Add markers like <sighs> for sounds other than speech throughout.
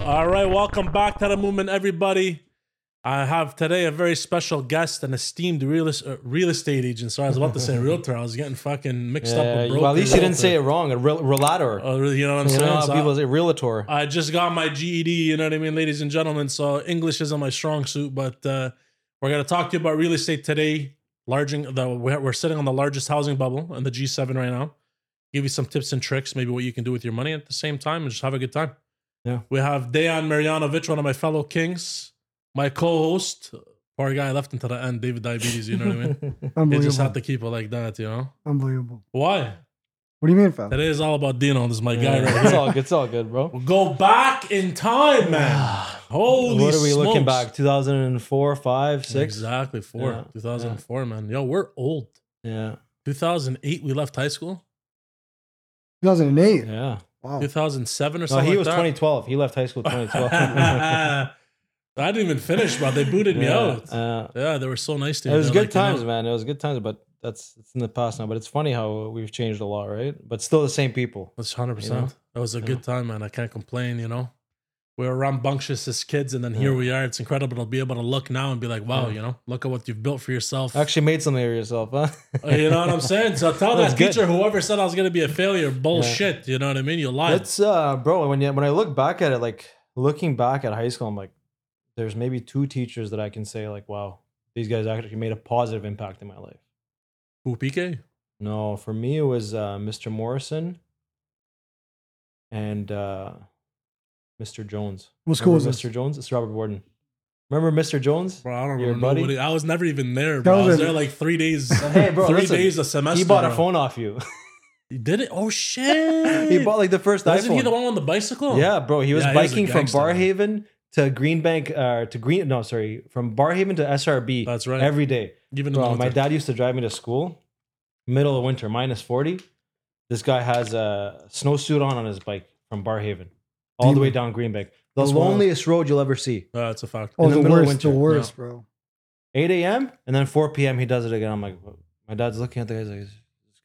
All right, welcome back to the movement, everybody. I have today a very special guest, an esteemed real, uh, real estate agent. Sorry, I was about to say realtor. I was getting fucking mixed up Yeah, with broker. well, at least you didn't say it wrong. A rel- relator. Oh, really? you know what I'm you know saying? how So people say realtor. I, I just got my GED, you know what I mean, ladies and gentlemen. So English isn't my strong suit, but uh, we're going to talk to you about real estate today. Larging the we're we're sitting on the largest housing bubble in the G7 right now. Give you some tips and tricks, maybe what you can do with your money at the same time, and just have a good time. Yeah. we have Dayan Marjanovic, one of my fellow kings, my co-host. Poor guy left until the end. David diabetes, <laughs> you know what I <laughs> mean? They Unbelievable. just had to keep it like that, you know. Unbelievable. Why? What do you mean, fam? Today is all about Dino. This is my guy Yeah, right it's here. all good. It's all good, bro. We'll go back in time, man. <laughs> Holy <sighs> what are we looking smokes. back? 2004, 5, 6? Exactly, four. Yeah, 2004, man. Yo, we're old. Yeah. 2008, we left high school. 2008. Yeah. Wow. 2007 or Oh. No, something he like was that. <laughs> 2012. He left high school 2012. I didn't even finish, bro. They booted me Yeah, out. yeah. yeah, they were so nice to it me. was They're like, good you know- times, man. It was good times, but that's it's in the past now. But it's funny how we've changed a lot, right? But still the same people. That's hundred You know? percent. That was a Yeah. good time, man. I can't complain. You know, we were rambunctious as kids, and then here Yeah. we are. It's incredible to be able to look now and be like, wow, Yeah. you know, look at what you've built for yourself. Actually made something of yourself, huh? Uh, you know what <laughs> I'm saying? So tell That's that good. teacher, whoever said I was gonna be a failure, bullshit. You know what I mean? You lied. That's uh, bro. When you, when I look back at it, like looking back at high school, I'm like, there's maybe two teachers that I can say like, wow, these guys actually made a positive impact in my life. Who PK? No, for me it was uh, Mr. Morrison and uh, Mr. Jones. What school Remember was Mr. this? Jones? It's Robert Warden. Remember Mr. Jones? Bro, I don't Your remember. buddy? Nobody. I was never even there, That bro. I was was a- there like three days. Hey, <laughs> bro, three listen. days a semester. He bought a bro. phone off you. <laughs> He did it. Oh shit! he bought like the 1st Wasn't iPhone. he the one on the bicycle? Yeah, bro. He was Yeah, he was a biking from gangster, man. Barhaven to Greenbank, uh, to Green. No, sorry, from Barhaven to SRB. That's right. Every day. Even in the Bro, my winter. dad used to drive me to school, middle of winter, minus 40. This guy has a snowsuit on on his bike from Barhaven, all the way down Greenbank. The That's wild. loneliest road you'll ever see. Uh, it's a fact. Oh, in the the, middle of worst. The winter. worst, bro. 8 a.m. and then 4 p.m. he does it again. I'm like, "What?" my dad's looking at the guy. He's like, is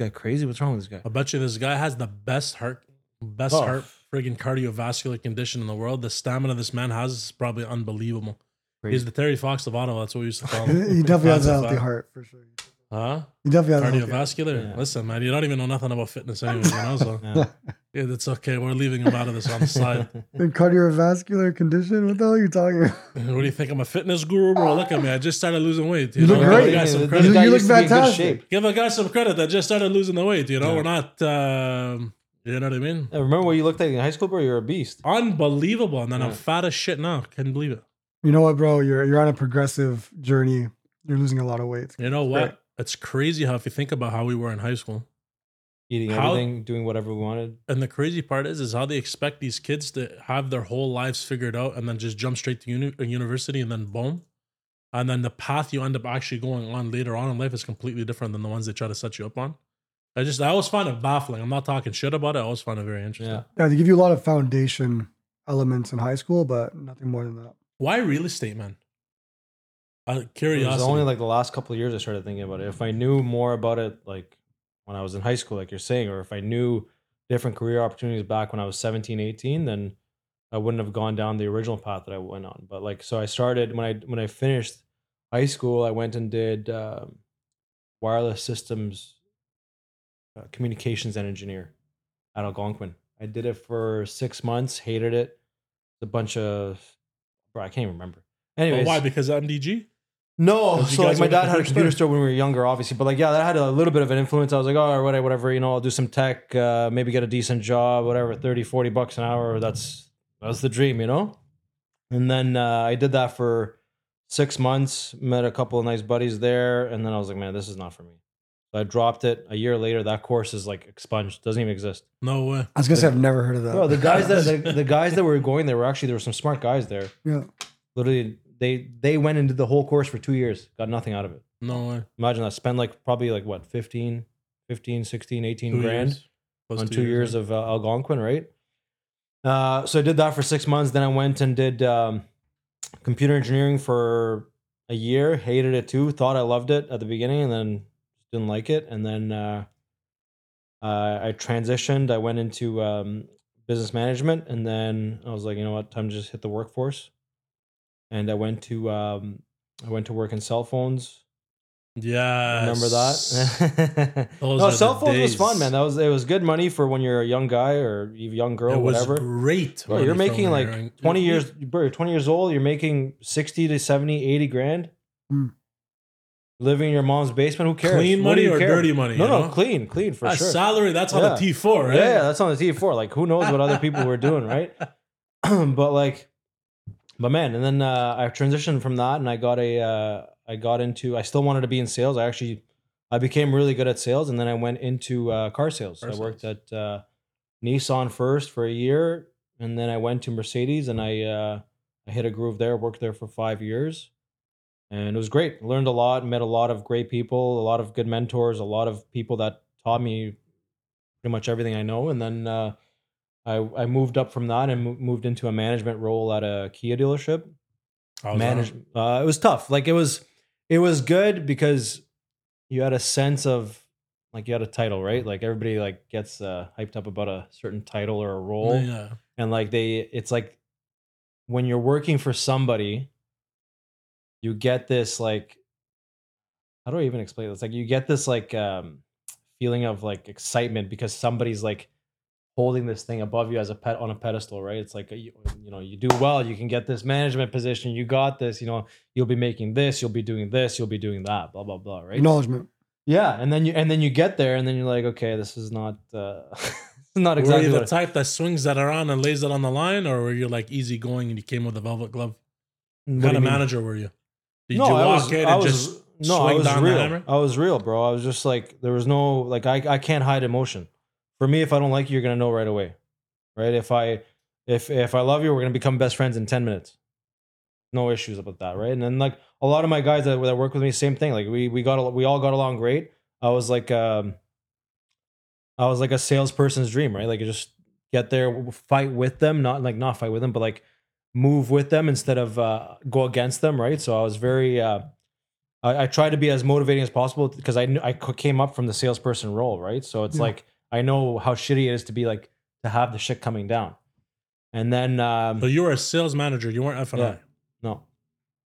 this guy crazy? What's wrong with this guy? I bet you this guy has the best heart, best Oh. heart, friggin' cardiovascular condition in the world. The stamina this man has is probably unbelievable. He's Crazy. the Terry Fox of Ottawa. That's what we used to <laughs> call he him. definitely That's has a a healthy fact. heart, for sure. huh? He definitely has a healthy heart. Cardiovascular. Yeah. Listen, man, you don't even know nothing about fitness anyway. You know, so <laughs> Yeah. yeah, that's okay. We're leaving him out of this on the <laughs> side. The cardiovascular condition? What the hell are you talking about? What do you think? I'm a fitness guru, bro. Look at me. I just started losing weight. You, You know, look give great. a guy This some guy credit. You- used you look to be in good fantastic. shape. Give a guy some credit. I just started losing the weight. You know, Yeah. we're not. Um, you know what I mean? I remember what you looked like in high school, bro? You're a beast. Unbelievable. And then I'm Yeah. fat as shit now. Couldn't believe it. You know what, bro? You're you're on a progressive journey. You're losing a lot of weight. You know what? great. It's crazy how if you think about how we were in high school, Eating How- everything, doing whatever we wanted. and the crazy part is, is how they expect these kids to have their whole lives figured out and then just jump straight to uni- uh, university and then boom, and then the path you end up actually going on later on in life is completely different than the ones they try to set you up on. I just I always find it baffling. I'm not talking shit about it. I always find it very interesting. Yeah. Yeah, they give you a lot of foundation elements in high school, but nothing more than that. Why real estate, man? Uh, It curiosity. was only like the last couple of years I started thinking about it. If I knew more about it, like when I was in high school, like you're saying, or if I knew different career opportunities back when I was 17, 18, then I wouldn't have gone down the original path that I went on. But like, so I started when I when I finished high school, I went and did um, wireless systems uh, communications and engineer at Algonquin. I did it for six months, hated it. A bunch of, bro, I can't even remember. But Anyways, why? Because MDG. no, Because you so like guys my went to dad had a computer computer store. store when we were younger, obviously, but like yeah, that had a little bit of an influence. I was like, oh, whatever, whatever, you know, I'll do some tech, uh, maybe get a decent job, whatever, 30, 40 bucks an hour. That's that's the dream, you know. And then uh, I did that for six months, met a couple of nice buddies there, and then I was like, man, this is not for me. So I dropped it. A year later, that course is like expunged, doesn't even exist. No way. I was gonna say I've never heard of that. Bro, the guys that the, the guys that were going there were actually there were some smart guys there. yeah. Literally, they they went and did the whole course for two years, got nothing out of it No way. imagine that spend like probably like what 15 15 16 18 Two grand years. Plus on two, years, yeah. of uh, algonquin right uh, so i did that for six months then i went and did um, computer engineering for a year hated it too thought i loved it at the beginning and then didn't like it and then uh, uh, i transitioned i went into um, business management, and then I was like, you know what, time to just hit the workforce. And I went to um, I went to work in cell phones. Yeah. <laughs> Remember that? <laughs> Those no, are cell the phones was days. fun, man. That was it was good money for when you're a young guy or you- young girl, it was whatever. great. Bro, money you're from making when like you're young. 20 years, bro, you're 20 years old, you're making 60 to 70, 80 grand. Hmm. Living in your mom's basement, who cares? Clean What money do you or dirty money, No, you no, know? clean, clean for That sure. salary, that's on Yeah. the T four, right? Yeah, yeah, that's on the T4. Like, who knows what other people were <laughs> doing, right? <clears throat> but like, but man, and then uh, I transitioned from that, and I got a, uh, I got into, I still wanted to be in sales. I actually, I became really good at sales, and then I went into uh, car sales. Car I worked sales. at uh, Nissan first for a year, and then I went to Mercedes, and I, uh, I hit a groove there. Worked there for five years, and it was great. Learned a lot, met a lot of great people, a lot of good mentors, a lot of people that taught me pretty much everything I know. And then uh, I I moved up from that and mo- moved into a management role at a Kia dealership. How's that? Manage. Uh, it was tough. Like it was it was good because you had a sense of like you had a title, right? Like everybody like gets uh, hyped up about a certain title or a role Yeah. and like they it's like when you're working for somebody you get this like how do i even explain this like you get this like um feeling of like excitement because somebody's like holding this thing above you as a pet on a pedestal right it's like you, you know you do well you can get this management position you got this you know you'll be making this you'll be doing this you'll be doing that blah blah blah right Acknowledgement. yeah and then you and then you get there and then you're like okay this is not uh <laughs> this is not were exactly you what the type that swings that around and lays it on the line, or were you like easy going and you came with a velvet glove? I, what do What kind you of mean? manager were you? Did no, you I walk was, in I and was, just no, I swing was down the real. hammer? I was real, bro. I was just like there was no like I I can't hide emotion. For me, if I don't like you, you're gonna know right away, right? If I if if I love you, we're gonna become best friends in ten minutes. No issues about that, right? And then like a lot of my guys that that work with me, same thing. Like we we got al- we all got along great. I was like um, I was like a salesperson's dream, right? Like you just get there, w- fight with them, not like not fight with them, but like move with them instead of uh, go against them, right? So I was very, uh, I, I tried to be as motivating as possible because I knew I c- came up from the salesperson role, right? So it's Yeah. like I know how shitty it is to be like to have the shit coming down, and then um, So you were a sales manager. You weren't F and yeah. I. No.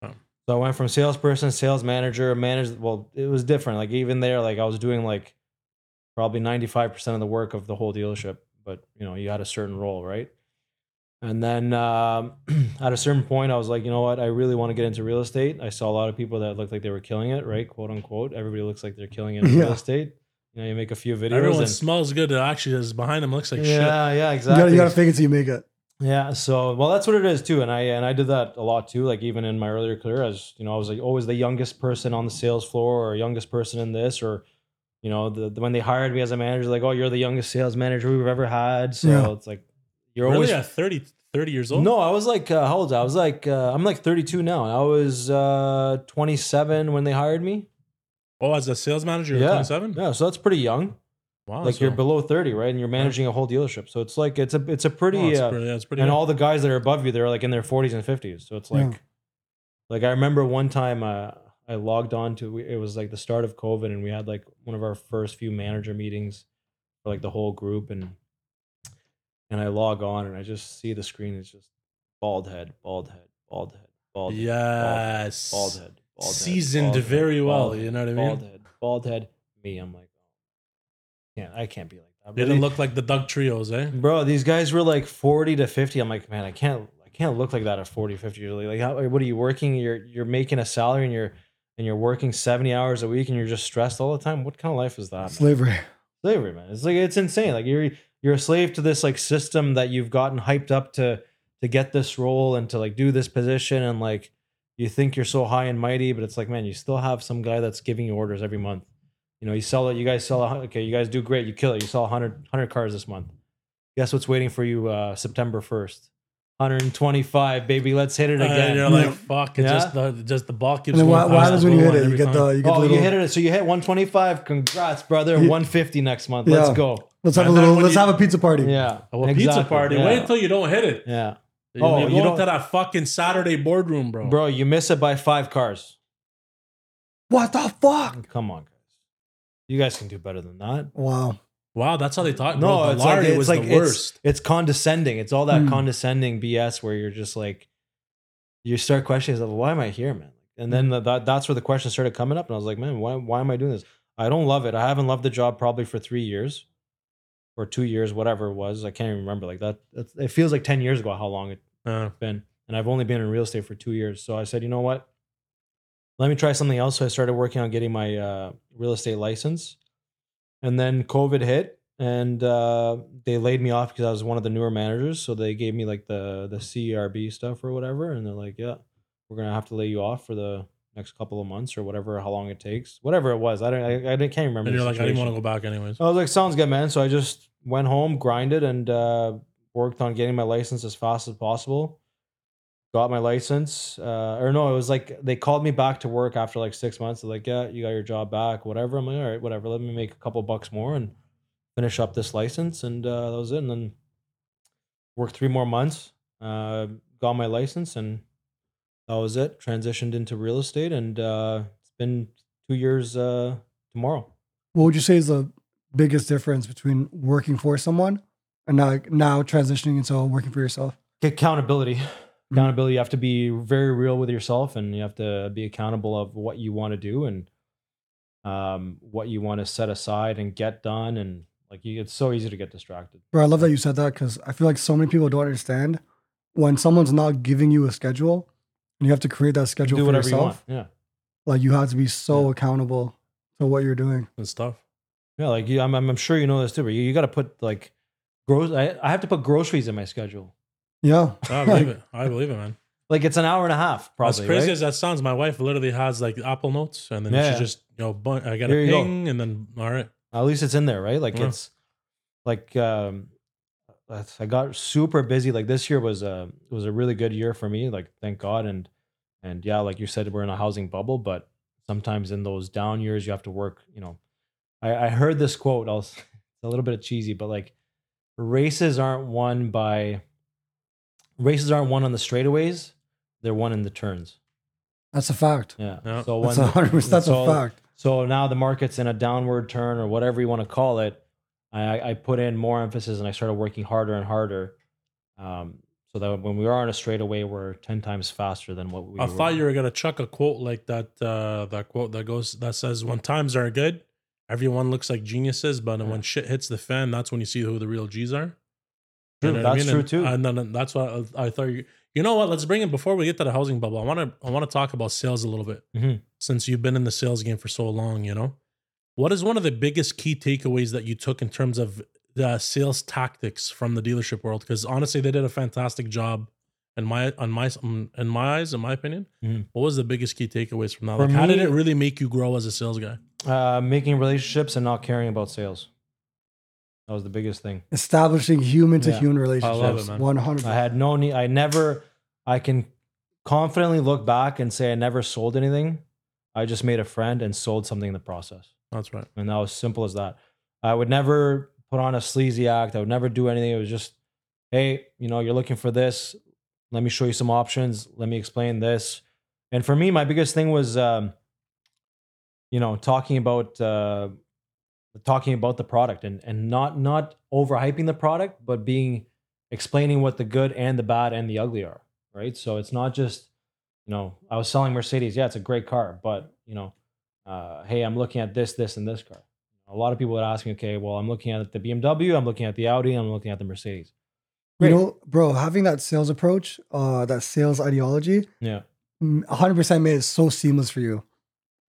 Oh. So I went from salesperson, sales manager, manager. Well, it was different. Like even there, like I was doing like probably ninety five percent of the work of the whole dealership. But you know, you had a certain role, right? And then um, <clears throat> at a certain point, I was like, you know what? I really want to get into real estate. I saw a lot of people that looked like they were killing it, right? Quote unquote. Everybody looks like they're killing it in Yeah. real estate. You know, you make a few videos. Everyone and, smells good. It actually is behind him. Looks like shit. yeah, yeah, You gotta, exactly. you gotta fake it till you make it. Yeah, so well, that's what it is too, and I and I did that a lot too. Like even in my earlier career, as you know, I was like always the youngest person on the sales floor, or youngest person in this, or you know, the, the- when they hired me as a manager, like oh, you're the youngest sales manager we've ever had. So Yeah. it's like you're Really always at 30, 30 years old? no. I was like uh, how old? I was like uh, I'm like 32 now, and I was uh, 27 when they hired me. Oh, as a sales manager, you're Yeah. 27? Yeah, so that's pretty young. Wow. like Hmm. Oh, so- you're below 30, right? And you're managing a whole dealership, so it's like it's a it's a pretty. Oh, it's uh, pretty, yeah, it's pretty and good. all the guys that are above you, they're like in their 40s and 50s. So it's like, Yeah. like I remember one time uh, I logged on to it was like the start of COVID, and we had like one of our first few manager meetings for like the whole group, and and I log on and I just see the screen is just bald head, bald head, bald head, bald head, yes. bald head, bald head, Seasoned bald head, very well, bald you head, know what I Bald mean? head, bald head, me. I'm like, yeah, I can't be like that. They But didn't it- look like the Doug Trios, eh? bro these guys were like 40 to 50 i'm like man i can't i can't look like that at 40 50 really like how, what are you working you're you're making a salary and you're and you're working 70 hours a week and you're just stressed all the time what kind of life is that man? Slavery. slavery man it's like it's insane like you're you're a slave to this like system that you've gotten hyped up to to get this role and to like do this position and like you think you're so high and mighty but it's like man you still have some guy that's giving you orders every month you know you sell it you guys sell a hun- okay you guys do great you kill it you sell 100 100 cars this month guess what's waiting for you uh september 1st 125 baby let's hit it And again you're Uh, Yeah. like, fuck, it's Yeah. just the just the ball keeps And then going what, what past happens the when you blue hit line it? You every get time. the you get oh the little, you hit it so you hit 125 congrats brother Yeah. 150 next month Yeah. let's go Let's have a And then little. when Let's you- have a pizza party. yeah Oh, a pizza exactly. party. yeah. Wait until you don't hit it. yeah Oh, Oh, you you go don't- to that fucking Saturday boardroom, bro. Bro, you miss it by five cars. What the fuck? Come on, guys. You guys can do better than that. Wow. Wow, that's how they talk. No, No, the it's like- Lari it's was like the it's- worst. It's condescending. It's all that Mm. condescending BS where you're just like, you start questioning, like, why am I here, man? And then that- that that's where the questions started coming up, and I was like, man, why why am I doing this? I don't love it. I haven't loved the job probably for three years, or two years, whatever it was. I can't even remember. Like that, that's- it feels like ten years ago how long it Uh, been and i've only been in real estate for two years so i said you know what let me try something else so i started working on getting my uh, real estate license and then covid hit and uh, they laid me off because i was one of the newer managers so they gave me like the the crb stuff or whatever and they're like yeah we're gonna have to lay you off for the next couple of months or whatever how long it takes whatever it was i don't i, I didn't- can't remember and the you're like, I didn't want situation. to go back <laughs> anyways. I was like, sounds good, man. So I just went home, grinded, and uh, worked on getting my license as fast as possible. Got my license, uh, or no, it was like they called me back to work after like six months. They're like, yeah, you got your job back, whatever. I'm like, all right, whatever. Let me make a couple bucks more and finish up this license, and uh, that was it. And then worked three more months, uh, got my license, and that was it. Transitioned into real estate, and uh, it's been two years uh, tomorrow. What would you say is the biggest difference between working for someone and now now transitioning into working for yourself? accountability accountability you have to be very real with yourself and you have to be accountable of what you want to do and um, what you want to set aside and get done and like you, it's so easy to get distracted Bro, I love that you said that because I feel like so many people don't understand when someone's not giving you a schedule and you have to create that schedule do for whatever yourself. you want Like you have to be so Yeah. accountable to what you're doing. It's tough. yeah yeah like you, I'm, I'm I'm sure you know this too but you, you got to put like gross I, I have to put groceries in my schedule Yeah. I believe it. I believe it, man. like it's an hour and a half probably as crazy right? as that sounds, my wife literally has like Apple Notes, and then Yeah. she just you know, bun- I got Here a you go. ping, and then all right, at least it's in there right like Mm-hmm. Yeah. it's like um that's- i got super busy like this year was a was a really good year for me like thank god and and yeah like you said we're in a housing bubble but sometimes in those down years you have to work you know i i heard this quote i'll s- it's a little bit cheesy but like races aren't won by races aren't won on the straightaways they're won in the turns That's a fact. yeah, Yeah. so That's when- a hundred percent that's a so- fact. so now the market's in a downward turn or whatever you want to call it. I, I put in more emphasis and I started working harder and harder. Um, so that when we are on a straightaway, we're 10 times faster than what we I were. thought you were gonna chuck a quote like that. Uh, that quote that goes that says, "When times are good, everyone looks like geniuses, but Yeah. when shit hits the fan, that's when you see who the real G's are." True, what that's true And- too. And then and that's what I, I thought. You, you know what? Let's bring it before we get to the housing bubble. I want to I want to talk about sales a little bit Mhm. since you've been in the sales game for so long. You know, what is one of the biggest key takeaways that you took in terms of the sales tactics from the dealership world? Because honestly, they did a fantastic job. In my on my in my eyes, in my opinion, Mhm. what was the biggest key takeaways from that? For Like, how did me- it really make you grow as a sales guy? uh, making relationships and not caring about sales. That was the biggest thing. Establishing human to Yeah. human I love relationships. it, man. One hundred I percent. had no need. I never, I can confidently look back and say I never sold anything. I just made a friend and sold something in the process. That's right. and that was simple as that. I would never put on a sleazy act. I would never do anything. It was just, hey, you know, you're looking for this. Let me show you some options. Let me explain this. And for me, my biggest thing was, um, you know, talking about uh, talking about the product and and not not overhyping the product, but being explaining what the good and the bad and the ugly are. Right. So it's not just, you know, I was selling Mercedes. Yeah, it's a great car, but you know, uh, hey, I'm looking at this, this, and this car. A lot of people would ask me, okay, well, I'm looking at the BMW, I'm looking at the Audi, I'm looking at the Mercedes. You Great. know, bro, having that sales approach, uh, that sales ideology, Yeah. mm, 100% made it so seamless for you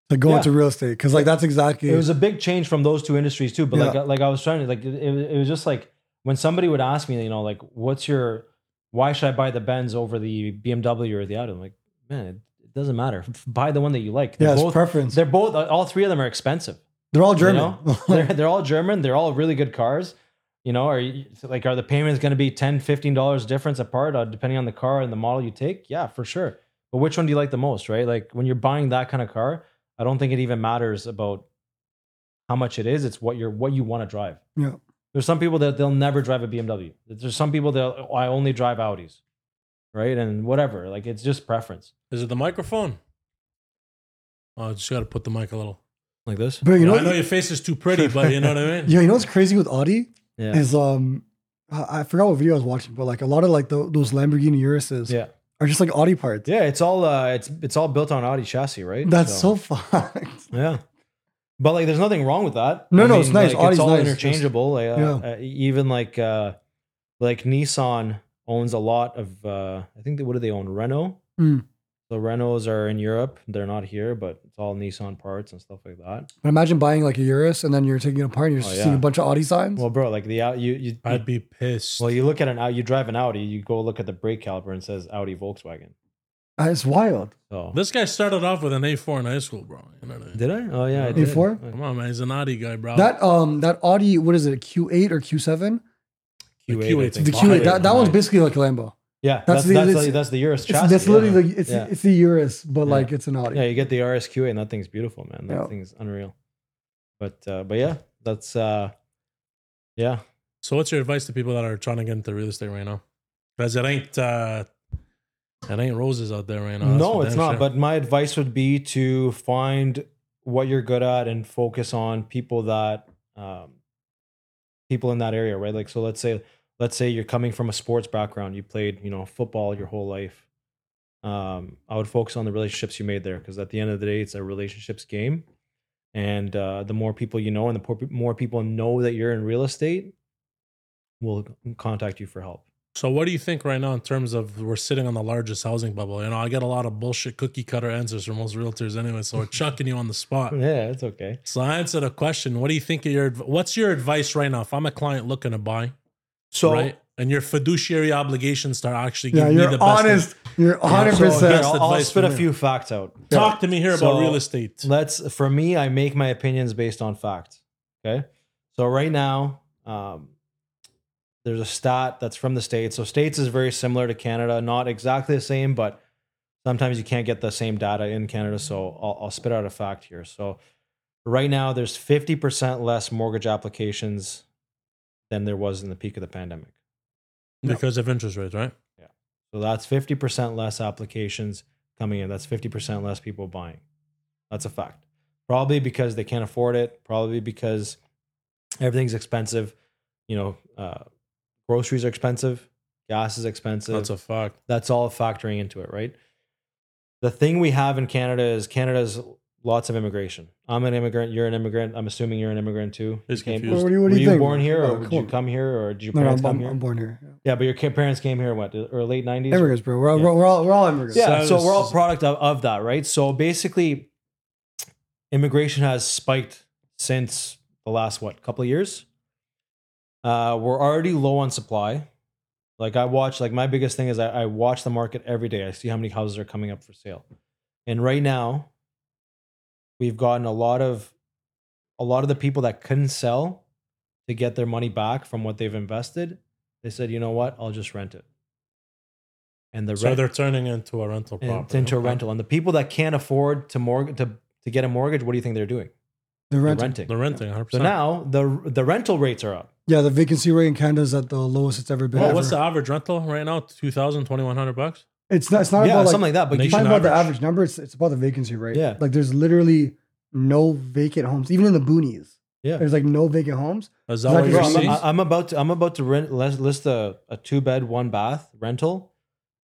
to go Yeah. into real estate because like that's exactly It was a big change from those two industries too. But Yeah. like, like I was trying to like, it, it it was just like when somebody would ask me, you know, like, what's your, why should I buy the Benz over the BMW or the Audi? I'm like, man, it, it doesn't matter. <laughs> Buy the one that you like. They're yeah, it's both, preference. They're, they're both, all three of them are expensive. all you German. <laughs> know? <laughs> they're, they're all German. They're all really good cars. You know, are you, like, are the payments going to be 10 $15 difference apart uh, depending on the car and the model you take? Yeah, for sure. But which one do you like the most, right? Like, when you're buying that kind of car, I don't think it even matters about how much it is. It's what you're, what you want to drive. yeah, There's some people that they'll never drive a BMW. There's some people that "Oh, I only drive Audis, right? And whatever. Like, it's just preference. Is it the microphone? Oh, I just got to put the mic a little. like this. But you know, I know your face is too pretty, but you know what <laughs> I mean? yeah, you know what's crazy with Audi Yeah. is um, I I forgot what video I was watching, but like a lot of like tho- those Lamborghini Urises Yeah. are just like Audi parts. Yeah, it's all uh, it's it's all built on Audi chassis, right? That's so, <laughs> fucked. yeah. But like, there's nothing wrong with that. No, no, it's nice. Like, it's Audi's all nice. interchangeable. Like, uh, Yeah. uh, even like uh, like Nissan owns a lot of. Uh, I think they, what do they own? Renault. Hmm. The Renaults are in Europe. They're not here, but it's all Nissan parts and stuff like that. But imagine buying like a Urus and then you're taking it apart and you're Oh, just seeing yeah. a bunch of Audi signs. Well, bro, like the out you you. I'd be pissed. well, you look at an out. You drive an Audi. You go look at the brake caliper and it says Audi Volkswagen. Uh, it's wild. So this guy started off with an A4 in high school, bro. You know what I mean? did I? Oh yeah, I did. Before? Come on, man. He's an naughty guy, Oh. bro. That um that Audi, what is it, Q8 or Q7? The Q8, I Q8 's think. The Wow. Q8. That, that one's Nice. basically like a Lambo. Yeah, That's that's the- that's, it's- like, that's the Urus It's, chassis. that's yeah. literally the it's Yeah. it's the Urus, but Yeah. like it's an Audi. yeah, you get the RSQA and that thing's beautiful, man. That Yeah. thing's unreal. But uh, but yeah, that's uh yeah. So, what's your advice to people that are trying to get into real estate right now? Because it ain't uh, it ain't roses out there right now. that's no, for it's damn not. sure. But my advice would be to find what you're good at and focus on people that um people in that area, right? Like so let's say let's say you're coming from a sports background, you played, you know, football your whole life. Um, I would focus on the relationships you made there because at the end of the day, it's a relationships game. And uh, the more people you know and the por- more people know that you're in real estate, will contact you for help. So what do you think right now in terms of we're sitting on the largest housing bubble? You know, I get a lot of bullshit cookie cutter answers from most realtors anyway, so we're chucking you on the spot. Yeah, it's okay. So I answered a question. What do you think of your adv- what's your advice right now? If I'm a client looking to buy, So right? And your fiduciary obligations start actually Yeah, giving me the you're best. honest. You're So, 100. here, percent Best I'll, I'll advice spit from a you. few facts out. Talk to me here So- about real estate. Let's for me, I make my opinions based on fact. Okay. So right now, um, there's a stat that's from the states. So states is very similar to Canada, not exactly the same, but sometimes you can't get the same data in Canada. So I'll, I'll spit out a fact here. So right now, there's 50% less mortgage applications than there was in the peak of the pandemic. Because of interest rates, right? So that's 50% less applications coming in. That's 50% less people buying. That's a fact. Probably because they can't afford it, probably because everything's expensive. You know, uh, groceries are expensive, gas is expensive. That's a fact. That's all factoring into it, right? The thing we have in Canada is Canada's lots of immigration. I'm an immigrant, you're an immigrant. I'm assuming you're an immigrant too. He's You came- confused. What do you, what Were do you you think? born here Oh, or did cool. you come here or did your No, no, parents I'm, come I'm, here? I'm born here. yeah, but your ki- parents came here what, or late 90s? Yeah. or- Immigrants, bro. We're, all Yeah. We're, we're all we're all immigrants. yeah, So so, this we're all is- product of, of that, right? So basically, immigration has spiked since the last what couple of years. Uh, we're already low on supply. Like I watch, like my biggest thing is I, I watch the market every day. I see how many houses are coming up for sale, and right now, we've gotten a lot of, a lot of the people that couldn't sell, to get their money back from what they've invested, they said, you know what, I'll just rent it. And the So they're turning into a rental and property. into a okay? rental. And the people that can't afford to mortgage to, to get a mortgage, what do you think they're doing? They're They're renting. renting. They're renting 100%. So now the the rental rates are up. Yeah, the vacancy rate in Canada is at the lowest it's ever been. Well, what's the ever. average rental right now? 2000 2100 bucks? It's not. It's not yeah, about like something like that. But you It's Nation should not not about the average. average number. It's it's about the vacancy rate. Yeah. like there's literally no vacant homes, even in the boonies. Yeah. there's like no vacant homes. Is that Like, what bro, you're Bro, I'm, seeing? I- I'm about to I'm about to rent list, list a, a two bed one bath rental,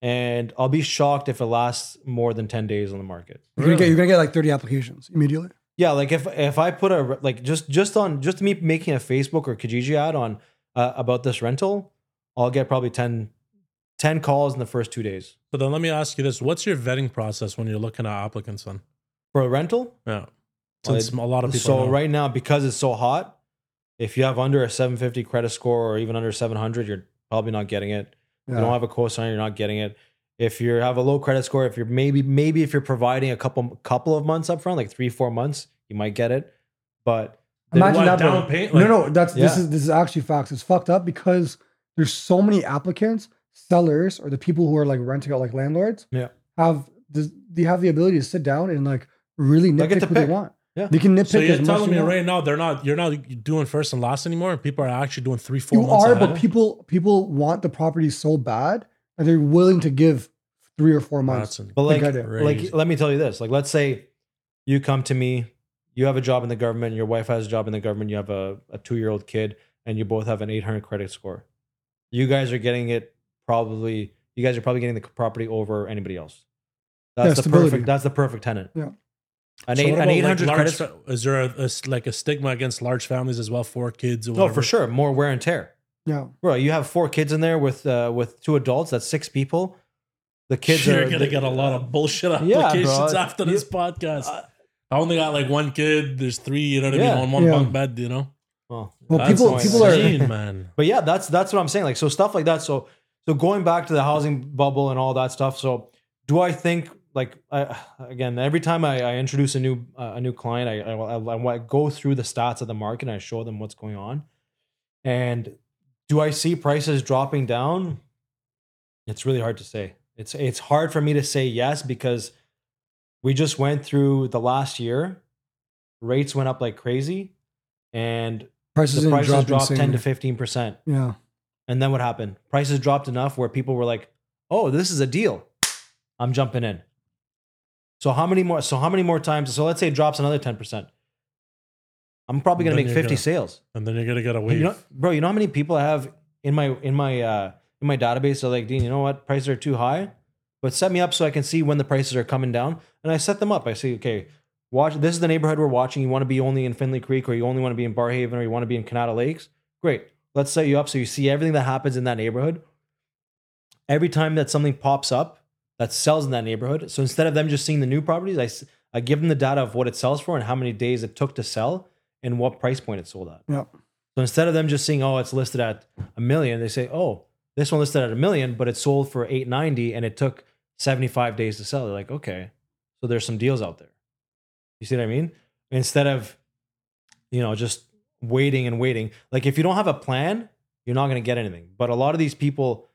and I'll be shocked if it lasts more than ten days on the market. You're gonna get you're gonna get like 30 applications immediately. Yeah, like if if I put a like just just on just me making a Facebook or Kijiji ad on uh, about this rental, I'll get probably 10, 10 calls in the first two days So then let me ask you this. What's your vetting process when you're looking at applicants then? for a rental. Yeah. Well, Since a lot of people So know. right now, because it's so hot, if you have under a 750 credit score or even under 700, you're probably not getting it. Yeah. You don't have a cosign, you're not getting it. If you have a low credit score, if you're maybe maybe if you're providing a couple couple of months up front, like three four months, you might get it. But What, Imagine that. bro. down payment? Like- no, no, that's this Yeah. is this is actually facts. It's fucked up because there's so many applicants, sellers, or the people who are like renting out like landlords. Yeah. have this, they have the ability to sit down and like really They get nitpick to who they pick. want. Yeah. they can nitpick. So you're as much telling as me they want. right now they're not you're not doing first and last anymore, and people are actually doing three, four you months. are, ahead? but people people want the property so bad and they're willing to give three or four months. That's in- but I like get it. like Crazy. let me tell you this, like let's say you come to me, you have a job in the government, your wife has a job in the government, you have a, a two year old kid, and you both have an 800 credit score. You guys are getting it probably, you guys are probably getting the property over anybody else. That's Yeah, the stability. perfect, that's the perfect tenant. Yeah. An, So eight, what an about, 800 like credit large score. fa- is there a, a s- like a stigma against large families as well for kids? Or No, whatever? for sure. More wear and tear. Yeah. Bro, you have four kids in there with uh, with two adults. That's six people. The <laughs> kids You're are gonna get a lot of bullshit bro. applications after this You- podcast. Uh, I only got like one kid. There's three. You know what I Yeah. mean? On one Yeah. bunk bed. You know. well, Well, that's people annoying. people are insane, man. But yeah, that's that's what I'm saying. Like so stuff like that. So so going back to the housing bubble and all that stuff. So do I think like I, again every time I, I introduce a new uh, a new client, I, I I I go through the stats of the market and I show them what's going on. And do I see prices dropping down? It's really hard to say. It's it's hard for me to say yes because we just went through the last year. Rates went up like crazy, and <laughs> prices the didn't prices drop dropped ten insanely. to fifteen percent. Yeah. And then what happened? Prices dropped enough where people were like, "Oh, this is a deal. I'm jumping in." So how many more? So how many more times? So let's say it drops another ten percent. I'm probably gonna Then make you're fifty gonna- sales, And then you're gonna get a And wave. you know, bro. You know how many people I have in my in my uh, in my database? They're like, Dean, you know what? Prices are too high, but set me up so I can see when the prices are coming down. And I set them up. I say, okay, watch. This is the neighborhood we're watching. You want to be only in Finley Creek, or you only want to be in Barhaven, or you want to be in Canada Lakes. Great. Let's set you up so you see everything that happens in that neighborhood. Every time that something pops up that sells in that neighborhood, so instead of them just seeing the new properties, I, s- I give them the data of what it sells for and how many days it took to sell and what price point it sold at. Yeah. So instead of them just seeing, oh, it's listed at a million, they say, oh, this one listed at a million, but it sold for 890 and it took 75 days to sell. They're like, okay, so there's some deals out there. You see what I mean? Instead of, you know, just waiting and waiting. Like if you don't have a plan, you're not going to get anything. But a lot of these people,